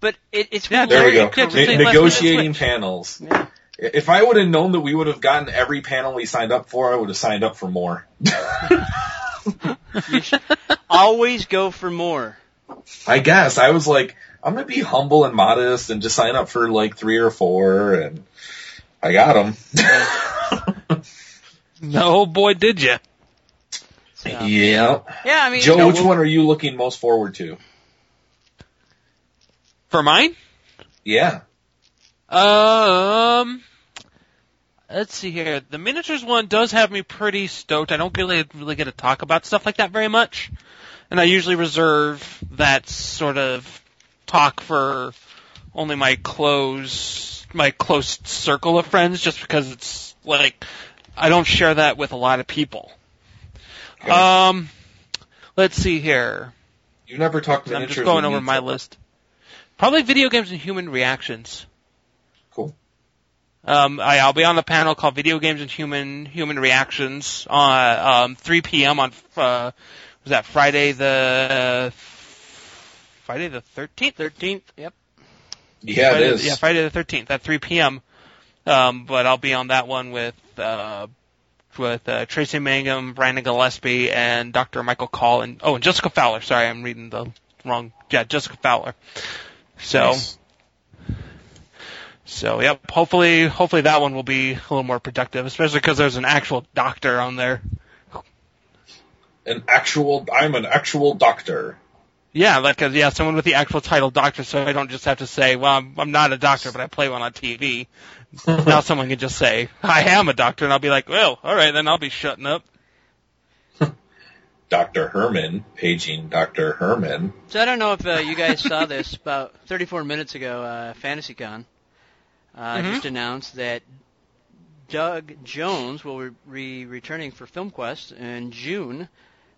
G: But it, it's
I: Yeah,
F: there we go.
I: Yeah, just say
F: Ne-
I: last minute
F: negotiating
I: switch.
F: panels.
G: Yeah.
F: If I would have known that we would have gotten every panel we signed up for, I would have signed up for more.
G: Always go for more.
F: I guess I was like, I'm gonna be humble and modest and just sign up for like three or four, and I got them.
I: No, boy, did you?
G: So, yeah.
F: yeah.
G: I mean,
F: Joe,
G: no,
F: which
G: we'll-
F: one are you looking most forward to?
I: For mine?
F: Yeah.
I: Um, let's see here. The miniatures one does have me pretty stoked. I don't really really get to talk about stuff like that very much, and I usually reserve that sort of talk for only my close my close circle of friends, just because it's like I don't share that with a lot of people. Um, let's see here.
F: You never talked
I: I'm
F: miniatures.
I: just going
F: with
I: over
F: me,
I: my
F: so-
I: list. Probably video games and human reactions.
F: Cool.
I: Um, I, I'll be on the panel called "Video Games and Human Human Reactions" on um, 3 p.m. on uh, was that Friday the Friday the 13th? 13th. Yep.
F: Yeah, it
I: Friday,
F: is.
I: Yeah, Friday the 13th at 3 p.m. Um, but I'll be on that one with uh, with uh, Tracy Mangum, Brandon Gillespie, and Dr. Michael Call, and oh, and Jessica Fowler. Sorry, I'm reading the wrong. Yeah, Jessica Fowler. So.
F: Nice.
I: So yep, hopefully, hopefully that one will be a little more productive, especially because there's an actual doctor on there.
F: An actual. I'm an actual doctor.
I: Yeah, like uh, yeah, someone with the actual title doctor, so I don't just have to say, well, I'm, I'm not a doctor, but I play one on TV. now someone can just say, I am a doctor, and I'll be like, well, all right, then I'll be shutting up.
F: Dr. Herman, paging Dr. Herman.
G: So I don't know if uh, you guys saw this about 34 minutes ago. Uh, FantasyCon uh,
F: Mm-hmm.
G: just announced that Doug Jones will be returning for FilmQuest in June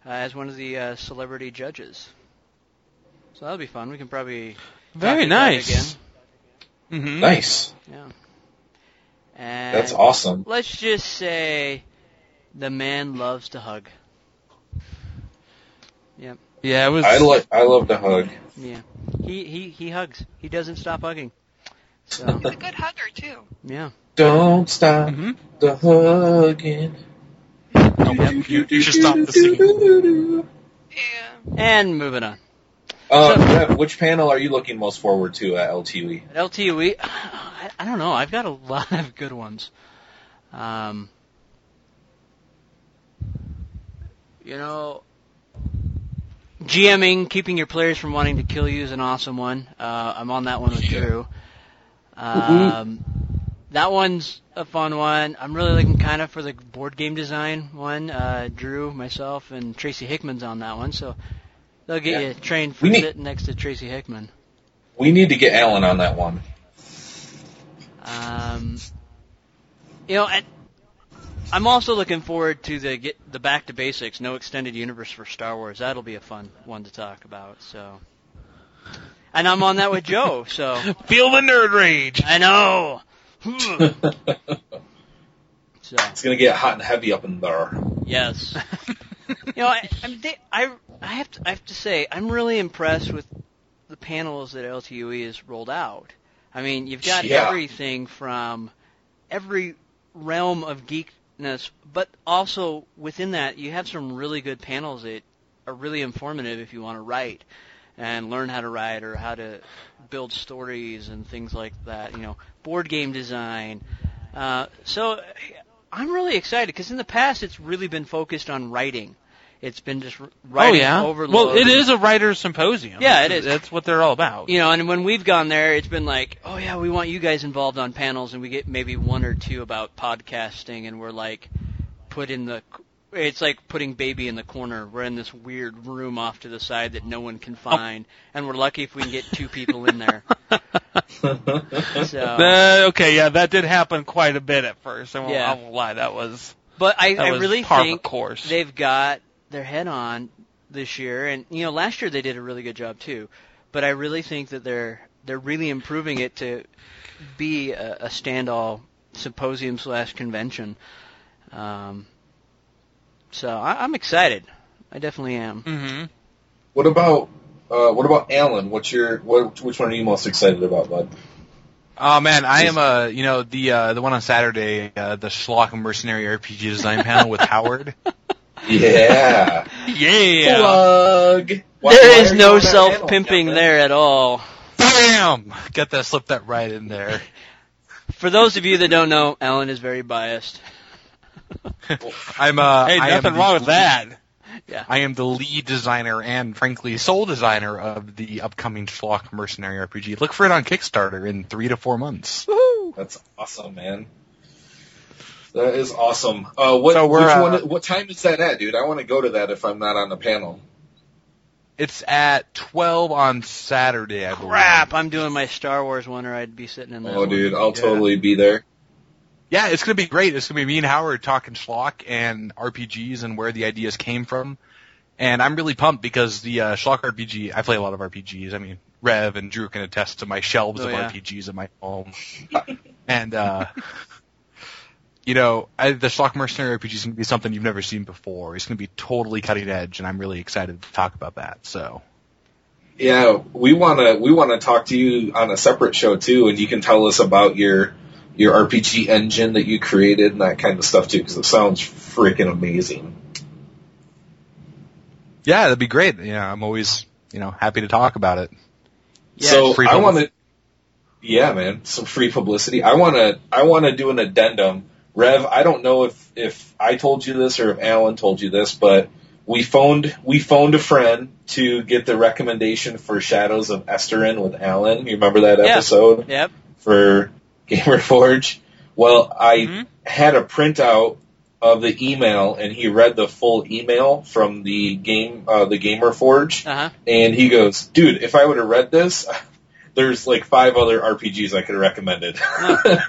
G: uh, as one of the uh, celebrity judges. So that'll be fun. We can probably talk
I: Very
G: to Doug
I: nice.
G: again.
J: Mm.
I: Mm-hmm.
F: Nice.
G: Yeah. And
F: That's awesome.
G: Let's just say the man loves to hug.
I: Yeah, it was.
F: I like. I love to hug.
G: Yeah. He he he hugs. He doesn't stop hugging. So,
H: He's a good hugger too.
G: yeah.
F: Don't stop
J: Mm-hmm.
I: Mhm.
F: the hugging.
J: Oh, you, you should stop the scene.
H: Yeah.
G: And moving on.
F: Uh,
G: So-
F: Rev, which panel are you looking most forward to at E? LTE?
G: At LTUE, I, I don't know. I've got a lot of good ones. Um, you know, GMing, keeping your players from wanting to kill you is an awesome one. Uh, I'm on that one with Drew.
F: Mm-hmm.
G: Um, that one's a fun one. I'm really looking kind of for the board game design one. Uh, Drew, myself, and Tracy Hickman's on that one, so they'll get
F: Yeah.
G: you trained for
F: We need-
G: sitting next to Tracy Hickman.
F: We need to get Alan on that one.
G: Um, you know, and I'm also looking forward to the get the back to basics, no extended universe for Star Wars. That'll be a fun one to talk about. So, and I'm on that with Joe. So
I: Feel the nerd rage.
G: I know.
F: it's
G: So
F: gonna get hot and heavy up in there.
G: yes,
I: Oh,
G: you know, I, I'm they, I I have to I have to say I'm really impressed with the panels that LTUE E has rolled out. I mean, you've got
F: Yeah.
G: everything from every realm of geekness, but also within that, you have some really good panels that are really informative if you want to write and learn how to write or how to build stories and things like that. You know, board game design. Uh, so I'm really excited because in the past it's really been focused on writing. It's been just r-
I: Oh
G: writing
I: yeah.
G: overload.
I: Well, it is a writer's symposium.
G: Yeah, it
I: That's-
G: is.
I: That's what they're all about.
G: You know, and when we've gone there, it's been like, oh yeah, we want you guys involved on panels, and we get maybe one or two about podcasting, and we're like, put in the, it's like putting baby in the corner. We're in this weird room off to the side that no one can find, and we're lucky if we can get two people in there. So,
I: Uh, okay, yeah, that did happen quite a bit at first. I won't,
G: Yeah.
I: I won't lie, that was
G: but I,
I: that
G: I
I: was
G: really
I: par for
G: think
I: course.
G: they've got their head on this year, and you know, last year they did a really good job too. But I really think that they're they're really improving it to be a, a stand-all symposium slash convention. Um, so I, I'm excited. I definitely am.
I: hmm
F: What about uh, what about Alan? What's your what, which one are you most excited about, bud?
J: Oh man, I am uh you know the uh the one on Saturday uh, the Schlock Mercenary RPG Design Panel with Howard.
F: Yeah.
I: Yeah.
F: Plug. Why- why
G: there is
F: are you
G: no
F: on that panel,
G: self-pimping
F: Kevin?
G: there at all.
J: Bam! Got that slip that right in there.
G: For those of you that don't know, Alan is very biased.
J: I'm uh
I: Hey,
J: I am
I: nothing
J: the
I: wrong with
J: lead-
I: that.
J: I am the lead designer and frankly sole designer of the upcoming Schlock Mercenary RPG. Look for it on Kickstarter in 3 to 4 months.
F: That's awesome, man. That is awesome. Uh, what
J: So we're,
F: which
J: uh,
F: one, what time is that at, dude? I want to go to that if I'm not on the panel.
J: It's at 12 on Saturday, I believe.
G: Crap! I'm doing my Star Wars one, or I'd be sitting in that.
F: Oh,
G: one.
F: dude, I'll
J: Yeah.
F: totally be there.
J: Yeah, it's gonna be great. It's gonna be me and Howard talking schlock and RPGs and where the ideas came from. And I'm really pumped because the uh, schlock RPG. I play a lot of RPGs. I mean, Rev and Drew can attest to my shelves
G: Oh,
J: of
G: yeah.
J: RPGs at my home. and uh, you know, I, the schlock mercenary RPG is gonna be something you've never seen before. It's gonna be totally cutting edge, and I'm really excited to talk about that. So
F: Yeah, we wanna we wanna talk to you on a separate show too, and you can tell us about your your RPG engine that you created and that kind of stuff too, because it sounds freaking amazing.
J: yeah, that'd be great. Yeah, I'm always you know happy to talk about it.
G: Yes.
F: so
J: Free
F: I
J: public-
F: want to, yeah, man, some free publicity. I want to, I want to do an addendum. Rev, I don't know if if I told you this or if Alan told you this, but we phoned we phoned a friend to get the recommendation for Shadows of Esterin with Alan. You remember that
G: Yeah.
F: episode?
G: Yep.
F: for Gamer Forge. Well, I
I: Mhm.
F: had a printout of the email, and he read the full email from the game, uh, the Gamer Forge,
G: Uh huh.
F: and he goes, "Dude, if I would have read this, there's like five other RPGs I could have recommended." and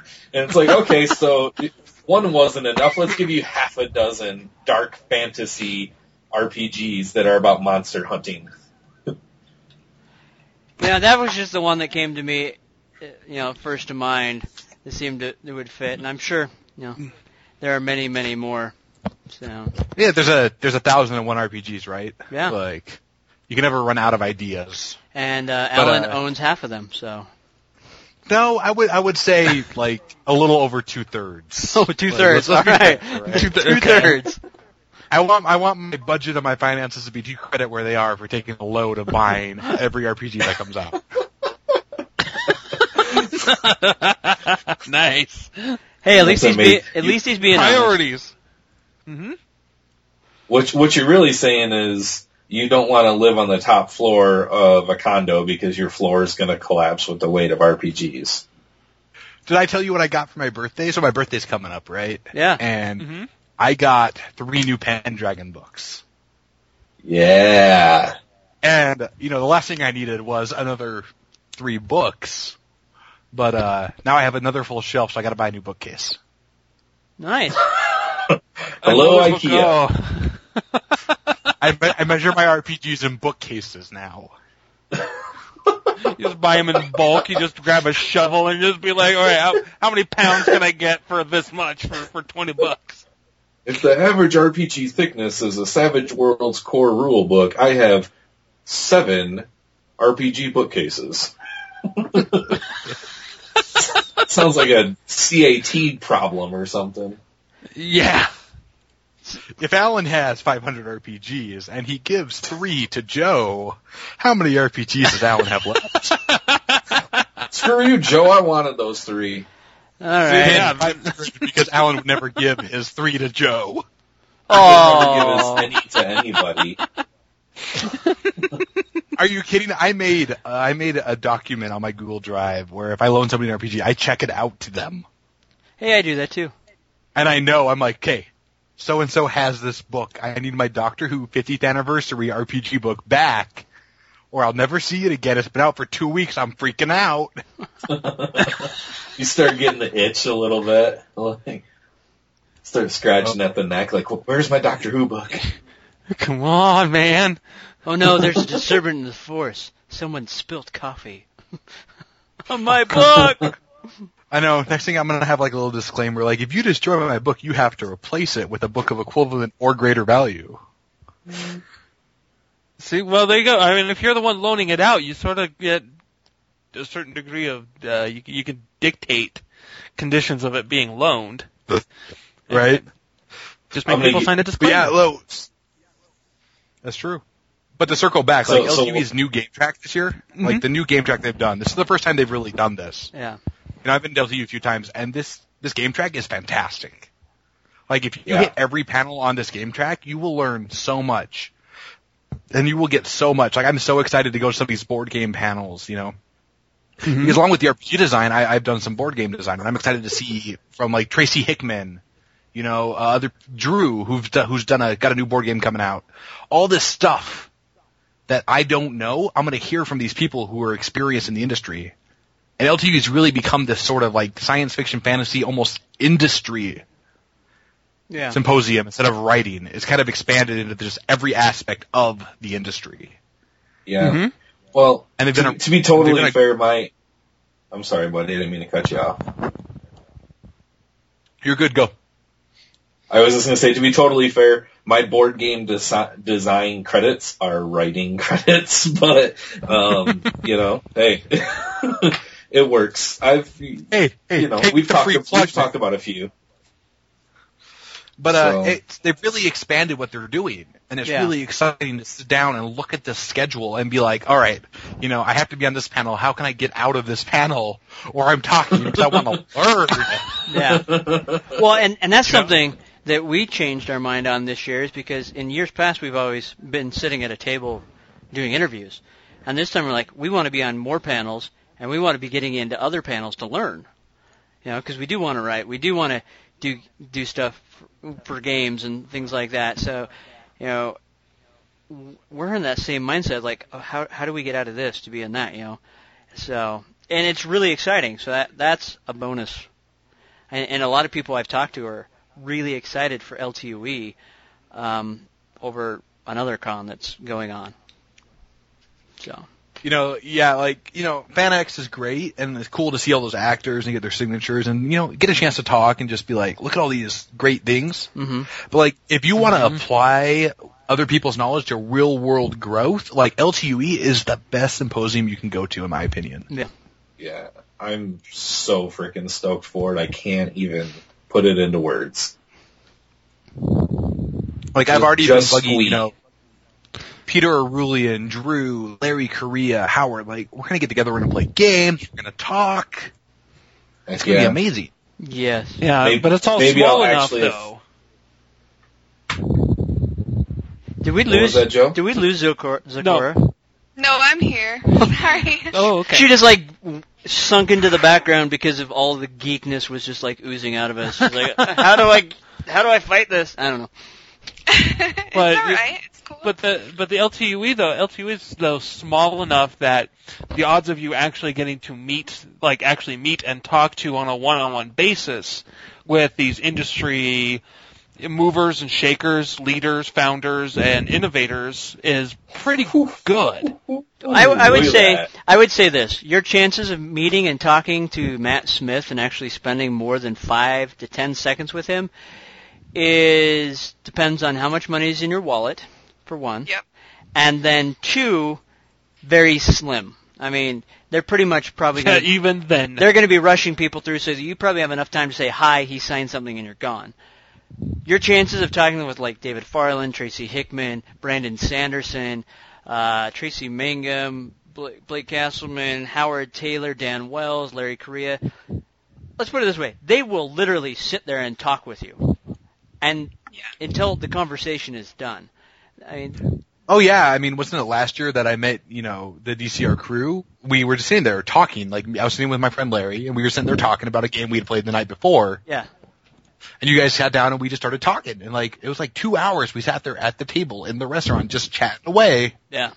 F: it's like, okay, so one wasn't enough. Let's give you half a dozen dark fantasy RPGs that are about monster hunting.
G: Yeah, that was just the one that came to me, uh, you know, first to mind. That seemed to that would fit, and I'm sure, you know, there are many, many more. So
J: Yeah, there's a there's a thousand and one RPGs, right?
G: Yeah.
J: Like you can never run out of ideas.
G: and uh,
J: But,
G: Alan
J: uh,
G: owns half of them. So
J: No, I would I would say like a little over two thirds.
G: two
J: two-thirds,
G: Oh, All right,
J: alright.
G: two
J: Two-thirds.
G: thirds.
J: I want I want my budget and my finances to be due credit where they are for taking a load of buying every RPG that comes out.
I: nice.
G: Hey, at least
F: That's
G: he's being,
F: amazing.
G: at
F: You-
G: least he's being honest.
I: Priorities. Mm-hmm.
F: What what you're really saying is you don't want to live on the top floor of a condo because your floor is going to collapse with the weight of RPGs.
J: Did I tell you what I got for my birthday? So my birthday's coming up, right?
G: Yeah.
J: And
I: Mm-hmm.
J: I got three new Pendragon books.
F: Yeah.
J: And, you know, the last thing I needed was another three books. But, uh, now I have another full shelf, so I gotta buy a new bookcase.
G: Nice.
F: Hello IKEA.
J: I, me- I measure my RPGs in bookcases now.
I: You just buy them in bulk. You just grab a shovel and just be like, all right, how, how many pounds can I get for this much for, for 20 bucks?
F: If the average RPG thickness is a Savage Worlds core rule book, I have seven RPG bookcases. Sounds like a CAT problem or something.
I: Yeah.
J: If Alan has 500 RPGs and he gives three to Joe, how many RPGs does Alan have left?
F: Screw you, Joe. I wanted those three.
G: All right.
I: Yeah.
J: because Alan would never give his three to Joe.
F: I
G: Oh.
F: would never give us any to anybody.
J: Are you kidding? I made uh, I made a document on my Google Drive where if I loan somebody an RPG, I check it out to them,
G: Hey, I do that too.
J: and I know I'm like, okay, so and so has this book. I need my Doctor Who 50th anniversary RPG book back, or I'll never see it again. It's been out for two weeks. I'm freaking out.
F: You start getting the itch a little bit. Like, start scratching at the neck. Like, where's my Doctor Who book?
I: Come on, man.
G: Oh no, there's a disturbance in the force. Someone spilt coffee. On my book.
J: I know. Next thing I'm gonna have like a little disclaimer, like if you destroy my book, you have to replace it with a book of equivalent or greater value.
I: See, well, there you go. I mean, if you're the one loaning it out, you sort of get a certain degree of, uh, you, you can dictate conditions of it being loaned.
J: Right?
I: Just
F: I
I: make
F: mean,
I: people sign a
J: But
I: disclaimer.
J: yeah, low. That's true. But to circle back,
F: So-
J: like
F: so- Mm-hmm.
J: LQE's new game track this year, like the new game track they've done, this is the first time they've really done this.
G: Yeah.
J: You know, I've been to LQE a few times, and this this game track is fantastic. Like if you
F: Yeah.
J: hit every panel on this game track, you will learn so much, and you will get so much. Like I'm so excited to go to some of these board game panels. You know,
F: Mm-hmm.
J: because along with the RPG design, I, I've done some board game design, and I'm excited to see from like Tracy Hickman, you know, uh, other Drew who've do, who's done a got a new board game coming out. All this stuff that I don't know, I'm going to hear from these people who are experienced in the industry. And LTU has really become this sort of like science fiction fantasy almost industry
G: Yeah.
J: symposium instead of writing. It's kind of expanded into just every aspect of the industry.
F: Yeah. Well,
J: Mm-hmm. And they've
F: to,
J: done a-
F: to be
J: they've
F: totally
J: done a-
F: fair, my I'm sorry, buddy. I didn't mean to cut you off.
J: You're good, go.
F: I was just gonna say, to be totally fair, my board game desi- design credits are writing credits, but um, you know, hey, it works. I've
J: Hey, hey,
F: you know
J: take
F: we've
J: the
F: talked
J: free
F: we've
J: plug.
F: talked about a few.
J: But uh,
F: So-
J: it's, they've really expanded what they're doing, and it's
G: Yeah.
J: really exciting to sit down and look at this schedule and be like, all right, you know, I have to be on this panel. How can I get out of this panel? Or I'm talking because I want to learn.
G: Yeah. Well, and and that's something that we changed our mind on this year is because in years past we've always been sitting at a table doing interviews, and this time we're like we want to be on more panels and we want to be getting into other panels to learn, you know, because we do want to write, we do want to do do stuff for, for games and things like that. So, you know, w- we're in that same mindset like oh, how how do we get out of this to be in that, you know? So, and it's really exciting. So that that's a bonus and, and a lot of people I've talked to are really excited for LTUE E, um, over another con that's going on. So
J: You know, yeah, like, you know, FanX is great, and it's cool to see all those actors and get their signatures and, you know, get a chance to talk and just be like, look at all these great things.
G: hmm
J: But like, if you want to apply other people's knowledge to real world growth, like LTUE E is the best symposium you can go to, in my opinion.
F: Yeah, I'm so freaking stoked for it. I can't even put it into words.
J: Like I've already
F: Just
J: been bugging,
F: sweet.
J: you know, Peter Arulian, Drew, Larry Correa, Howard. Like we're gonna get together, we're gonna play games, we're gonna talk. It's gonna
F: Yeah.
J: be amazing.
G: Yes.
I: Yeah,
F: Maybe-
I: but it's all
F: maybe
I: small
F: I'll
I: enough
F: actually-
I: though.
G: Did we
F: What
G: lose?
F: was that, Joe?
G: Did we lose Zocor- Zakora?
H: No, I'm here. Sorry.
I: Oh, okay.
G: She just like sunk into the background because of all the geekness was just like oozing out of us. She's like, how do I, how do I fight this? I don't know.
H: it's
I: But you-
H: alright. It's cool.
I: But the but the LTUE E, though LTUE is though small enough that the odds of you actually getting to meet like actually meet and talk to on a one on one basis with these industry movers and shakers, leaders, founders, and innovators is pretty good.
G: I, I would
F: Look at
G: say
F: that.
G: I would say this: your chances of meeting and talking to Matt Smith and actually spending more than five to ten seconds with him is depends on how much money is in your wallet, for one.
H: Yep.
G: And then two, very slim. I mean, they're pretty much probably going to
I: Even then,
G: they're going to be rushing people through so that you probably have enough time to say hi, he signed something, and you're gone. Your chances of talking with like David Farland, Tracy Hickman, Brandon Sanderson, uh, Tracy Mangum, Blake, Blake Castleman, Howard Taylor, Dan Wells, Larry Correa. Let's put it this way: they will literally sit there and talk with you, and
H: Yeah.
G: until the conversation is done. I mean,
J: Oh yeah, I mean, wasn't it last year that I met, you know, the DCR crew? We were just sitting there talking, like I was sitting with my friend Larry, and we were sitting there talking about a game we had played the night before,
G: yeah,
J: and you guys sat down and we just started talking, and like it was like two hours we sat there at the table in the restaurant just chatting away
G: yeah.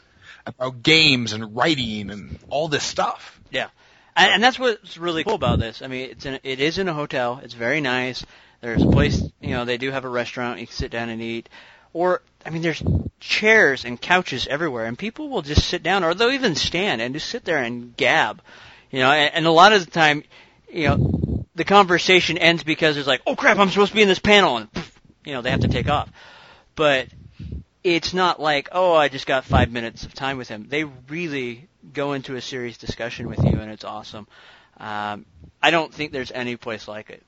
J: about games and writing and all this stuff.
G: Yeah, and, and that's what's really cool about this. I mean, it's in, it is in a hotel. It's very nice. There's a place, you know, they do have a restaurant. You can sit down and eat, or I mean, there's chairs and couches everywhere, and people will just sit down, or they'll even stand and just sit there and gab, you know. And, and a lot of the time, you know, the conversation ends because it's like, oh crap, I'm supposed to be in this panel, and poof, you know, they have to take off. But it's not like, oh, I just got five minutes of time with him. They really go into a serious discussion with you, and it's awesome. Um, I don't think there's any place like it,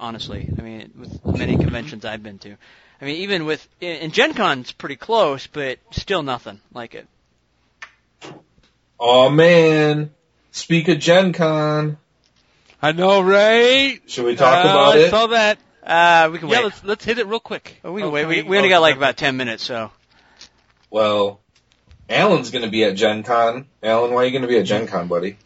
G: honestly. I mean, with the many conventions I've been to. I mean, even with, and Gen Con's pretty close, but still nothing like it.
F: Oh man. Speak of Gen Con.
I: I know, right?
F: Should we talk about
I: I
F: it?
I: saw that.
G: Uh, we can
I: Yeah,
G: wait.
I: let's let's hit it real quick.
G: Oh, we can
I: Oh,
G: wait.
I: can
G: We,
I: we-
G: we only
I: oh,
G: got like
I: okay.
G: about 10 minutes, so.
F: Well, Alan's gonna be at Gen Con. Alan, why are you gonna be at Gen Con, buddy?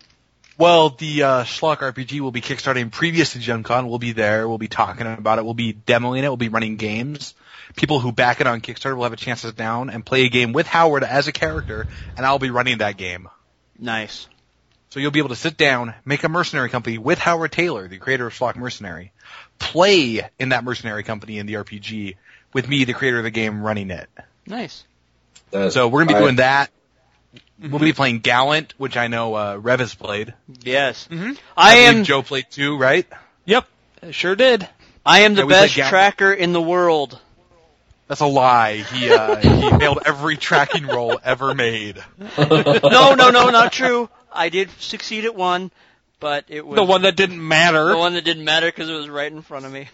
J: Well, the uh, Schlock RPG will be kickstarting previous to Gen Con. We'll be there. We'll be talking about it. We'll be demoing it. We'll be running games. People who back it on Kickstarter will have a chance to sit down and play a game with Howard as a character, and I'll be running that game.
G: Nice.
J: So you'll be able to sit down, make a mercenary company with Howard Taylor, the creator of Schlock Mercenary, play in that mercenary company in the RPG with me, the creator of the game, running it.
G: Nice.
F: That-
J: So we're gonna be
F: I-
J: doing that. We'll be playing Gallant, which I know uh, Rev has played.
G: Yes.
I: Mhm.
G: I
J: believe
G: am,
J: Joe played too, right?
I: Yep, I sure did.
G: I am the
J: Yeah, we played
G: best
J: Gauntlet.
G: tracker in the world.
J: That's a lie. He uh, he failed every tracking roll ever made.
G: no, no, no, not true. I did succeed at one, but it was
I: The one that didn't matter.
G: the one that didn't matter because it was right in front of me.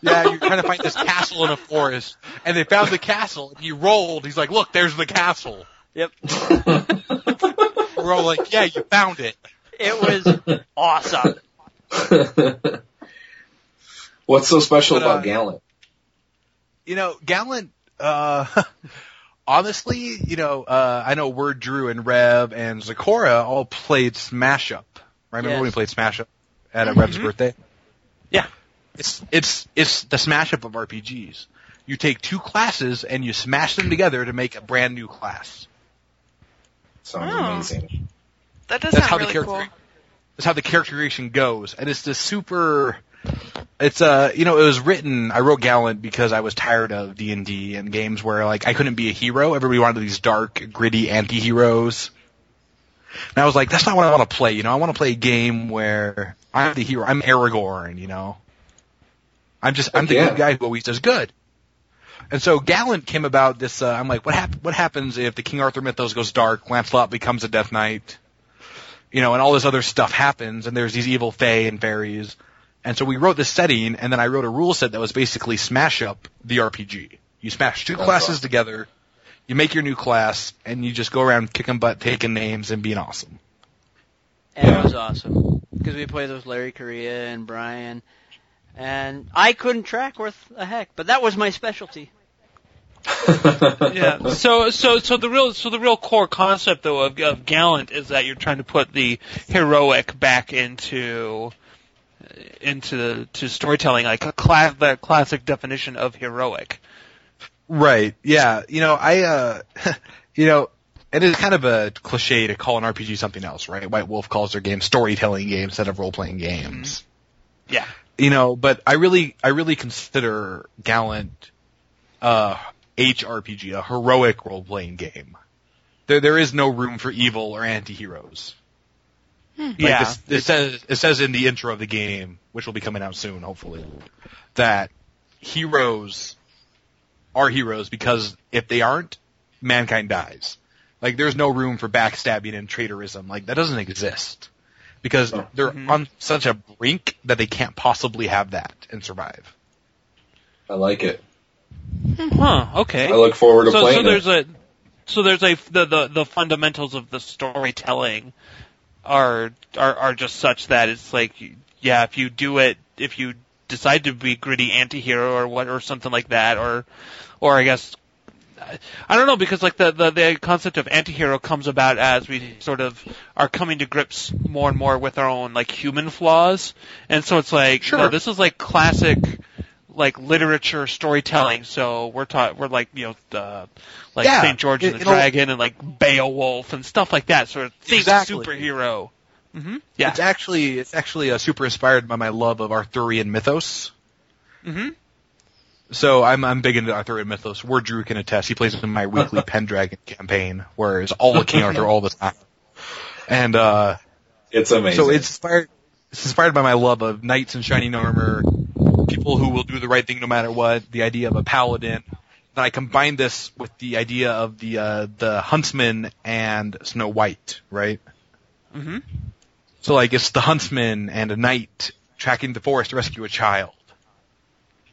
J: Yeah, you're trying to find this castle in a forest, and they found the castle. And he rolled. He's like, "Look, there's the castle."
G: Yep,
J: We're all like, "Yeah, you found it."
G: it was awesome.
F: What's so special
J: But, uh,
F: about Gallant?
J: you know, Gallant, uh, honestly, you know, uh, I know Word Drew and Rev and Zakora all played Smash Up. Right? Remember
G: Yes.
J: when we played Smash Up at uh, Rev's birthday?
I: Yeah.
J: It's, it's, it's the Smash Up of RPGs. You take two classes and you smash them together to make a brand new class.
F: Sounds
H: Oh.
F: amazing.
H: that does
J: That's
H: sound
J: how the
H: really
J: character-
H: cool.
J: That's how the character creation goes. And it's this super, it's uh, you know, it was written, I wrote Gallant because I was tired of D&D and games where like I couldn't be a hero. Everybody wanted these dark, gritty anti-heroes. And I was like, that's not what I want to play, you know, I want to play a game where I'm the hero. I'm Aragorn, you know. I'm just, I'm the
F: Yeah.
J: good guy who always does good. And so Gallant came about this, uh, I'm like, what hap- what happens if the King Arthur mythos goes dark, Lancelot becomes a Death Knight, you know, and all this other stuff happens, and there's these evil fae and fairies. And so we wrote this setting, and then I wrote a rule set that was basically smash up the RPG. You smash two classes
F: awesome.
J: together, you make your new class, and you just go around kicking butt, taking names, and being awesome.
G: And it was awesome. because we played with Larry Correa and Brian, and I couldn't track worth a heck, but that was my specialty.
I: yeah. So so so the real so the real core concept though of, of Gallant is that you're trying to put the heroic back into into to storytelling, like a class the classic definition of heroic.
J: Right. Yeah. You know, I, uh, you know, and it's kind of a cliche to call an RPG something else, right? White Wolf calls their game storytelling games instead of role playing games.
I: Mm-hmm. Yeah.
J: You know, but I really, I really consider Gallant, uh, HRPG a heroic role playing game. There, there is no room for evil or anti heroes.
I: yeah.
J: Like this, it says it says in the intro of the game, which will be coming out soon, hopefully, that heroes are heroes because if they aren't, mankind dies. Like there's no room for backstabbing and traitorism. Like that doesn't exist because they're on such a brink that they can't possibly have that and survive.
F: I like it.
I: huh. Okay.
F: I look forward to
I: so,
F: playing
I: so there's
F: it.
I: a so there's a the, the the fundamentals of the storytelling are are are just such that it's like you- yeah if you do it if you decide to be gritty anti-hero or what or something like that or or I guess I don't know because like the, the the concept of anti-hero comes about as we sort of are coming to grips more and more with our own like human flaws and so it's like
J: Sure.
I: no, this is like classic like literature storytelling so we're taught we're like you know uh, like
J: Yeah,
I: St. George
J: it-
I: and the
J: it'll-
I: Dragon and like Beowulf and stuff like that sort of think
J: Exactly.
I: superhero hmm yeah
J: It's actually it's actually uh, super inspired by my love of Arthurian mythos.
I: Mhm.
J: So I'm I'm big into Arthurian mythos. Where Drew can attest, he plays in my weekly Pendragon campaign, where it's all King Arthur all the time. And uh,
F: It's amazing.
J: so it's inspired it's inspired by my love of knights in shining armor, people who will do the right thing no matter what, the idea of a paladin. Then I combined this with the idea of the uh, the huntsman and Snow White, right?
I: Mhm.
J: So like it's the huntsman and a knight tracking the forest to rescue a child.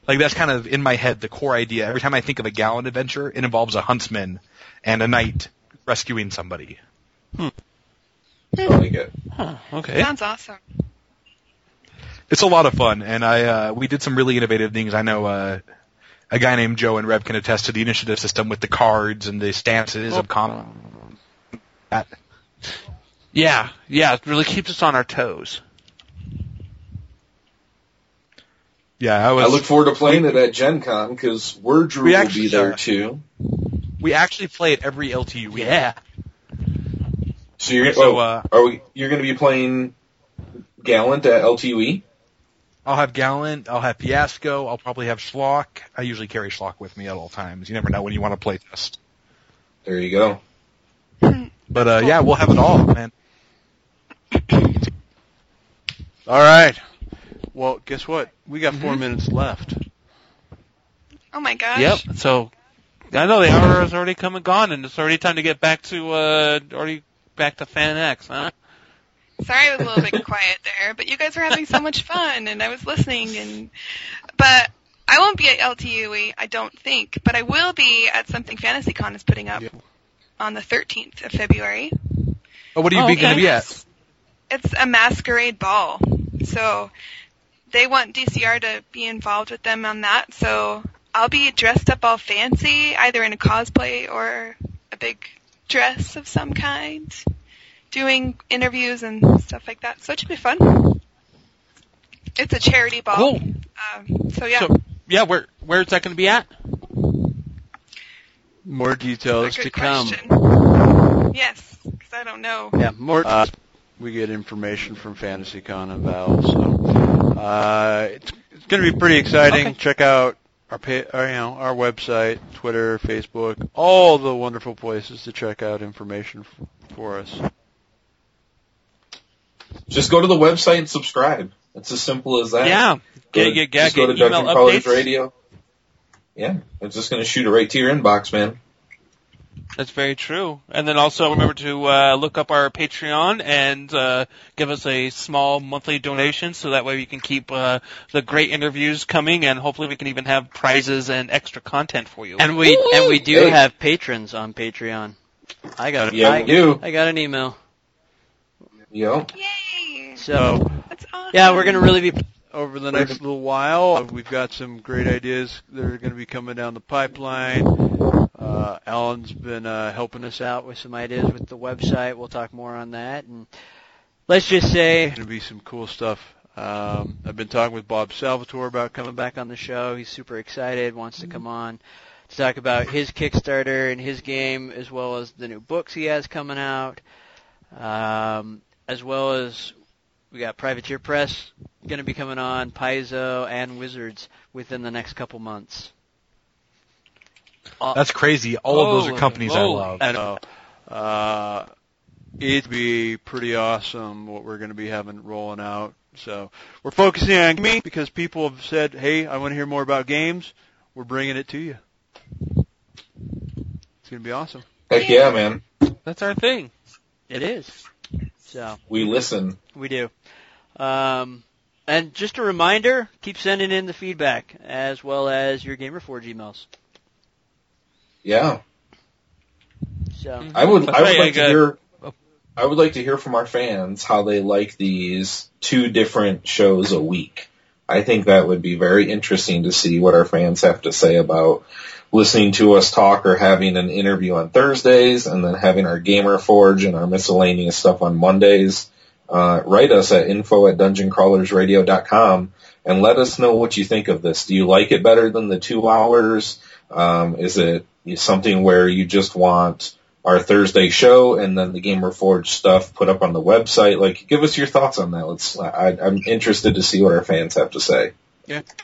J: Like that's kind of in my head the core idea. Every time I think of a Gallant adventure, it involves a huntsman and a knight rescuing somebody.
F: I like it.
I: okay
H: Sounds awesome.
J: it's a lot of fun, and I uh, we did some really innovative things. I know uh, a guy named Joe and Rev can attest to the initiative system with the cards and the stances
G: Oh.
J: of combat.
I: yeah yeah it really keeps us on our toes
J: Yeah, I
F: I
J: was.
F: look forward to playing it at Gen Con because Word Drew
J: We
F: will
J: actually,
F: be there
J: uh,
F: too.
J: we actually play at every LTU. We
I: yeah
F: So you're
J: so,
F: oh,
J: uh,
F: are we? You're going to be playing Gallant at LTE?
J: I'll have Gallant. I'll have Fiasco. I'll probably have Schlock. I usually carry Schlock with me at all times. You never know when you want to play test.
F: There you go.
J: But uh, yeah, we'll have it all, man.
K: All right. Well, guess what? We got 4 minutes left.
H: Oh my gosh.
I: Mm-hmm. Yep. So I know the hour has already come and gone, and it's already time to get back to uh already back to Fan X, huh?
H: Sorry, I was a little bit quiet there, but you guys were having so much fun, and I was listening. And but I won't be at LTUE, E, I don't think, but I will be at something FantasyCon is putting up on the 13th of February.
J: Oh, what are you
I: Oh,
J: be
I: okay.
J: going to be at?
H: It's a masquerade ball, so they want DCR to be involved with them on that. So I'll be dressed up all fancy, either in a cosplay or a big dress of some kind, doing interviews and stuff like that. So it should be fun. It's a charity ball.
I: Cool.
H: Um, so yeah,
I: So yeah, where where's that going to be at?
K: More details to
H: good
K: come.
H: question. Yes, because I don't know.
K: Yeah, more. Uh, we get information from FantasyCon and Val, so uh, it's, it's going to be pretty exciting.
I: Okay.
K: Check out our, pa- our, you know, our website, Twitter, Facebook, all the wonderful places to check out information f- for us.
F: Just go to the website and subscribe. It's as simple as that.
I: Yeah.
F: Go to-
I: Get, get, get,
F: just go
I: get
F: to
I: email
F: Dungeon Crawlers
I: updates.
F: Radio. Yeah, it's just going to shoot it right to your inbox, man.
I: That's very true. And then also remember to uh, look up our Patreon and uh, give us a small monthly donation, so that way we can keep uh, the great interviews coming, and hopefully we can even have prizes and extra content for you.
G: And we and we do
F: Hey.
G: have patrons on Patreon. I got
F: Yeah,
G: I,
F: we do.
G: I got an email.
F: Yo,
H: Yay!
G: So, yeah, we're gonna really be
K: over the next little while. uh, We've got some great ideas that are going to be coming down the pipeline. Uh, Alan's been uh, helping us
G: us out with some ideas with the website. We'll talk more on that. And let's just say
K: going to be some cool stuff. Um, I've been talking with Bob Salvatore about coming
G: coming back on the show. He's super excited, wants to come on to talk about his Kickstarter and his game, as well as the new books he has coming out, um, as well as we got Privateer Press going to be coming on, Paizo and Wizards within the next couple months.
J: That's crazy. All of those are
G: Holy
J: companies I
G: moly.
J: love.
K: I know. Uh, it'd be pretty awesome what we're going to be having rolling out. So we're focusing on me because people have said, "Hey, I want to hear more about games." We're bringing it to you. It's going to be awesome.
F: Heck yeah, man.
I: That's our thing.
G: It is. So
F: We listen.
G: we do. Um, and just a reminder, keep sending in the feedback as well as your Gamer4 emails.
F: Yeah.
G: So
F: Mm-hmm. I would I would
I: Hey,
F: like to
I: uh,
F: hear I would like to hear from our fans how they like these two different shows a week. I think that would be very interesting to see what our fans have to say about listening to us talk or having an interview on Thursdays and then having our Gamer Forge and our miscellaneous stuff on Mondays. Uh, write us at info at dungeoncrawlersradio.com and let us know what you think of this. Do you like it better than the two hours? Um, is it something where you just want our Thursday show and then the Gamer Forge stuff put up on the website. Like, give us your thoughts on that. Let's. I, I'm interested to see what our fans have to say.
K: That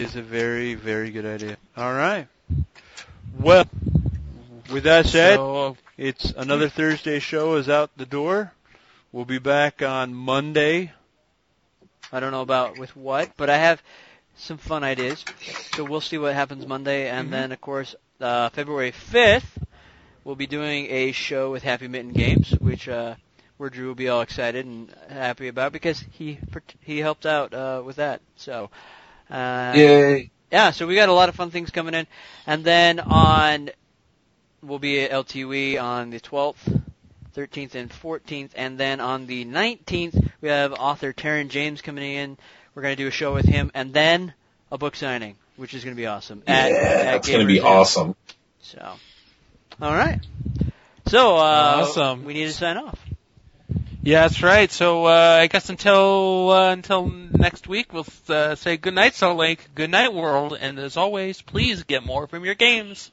K: is a very, very good idea. All right. Well, with that said,
I: So, uh,
K: It's another Thursday show is out the door. We'll be back on Monday.
G: I don't know about with what, but I have some fun ideas. So we'll see what happens Monday,
K: Mm-hmm.
G: and then of course uh, February fifth, we'll be doing a show with Happy Mitten Games, which uh, where Drew will be all excited and happy about because he part- he helped out uh, with that. So uh,
F: Yay!
G: yeah, so we got a lot of fun things coming in, and then on we'll be at LTE on the 12th, 13th, and 14th, and then on the 19th we have author Taryn James coming in. We're gonna do a show with him, and then a book signing, which is gonna be awesome. At,
F: yeah,
G: at
F: that's gonna be
G: Gamers Inn.
F: awesome.
G: So, all right. So uh,
I: Awesome.
G: We need to sign off.
I: yeah, that's right. So uh, I guess until uh, until next week, we'll uh, say good night, Salt Lake. Good night, world. And as always, please get more from your games.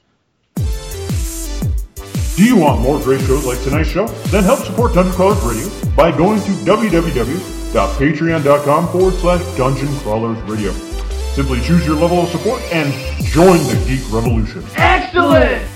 A: Do you want more great shows like tonight's show? Then help support Dungeon Crawlers Radio by going to www.patreon.com forward slash Dungeon Crawlers Radio. Simply choose your level of support and join the geek revolution.
C: Excellent!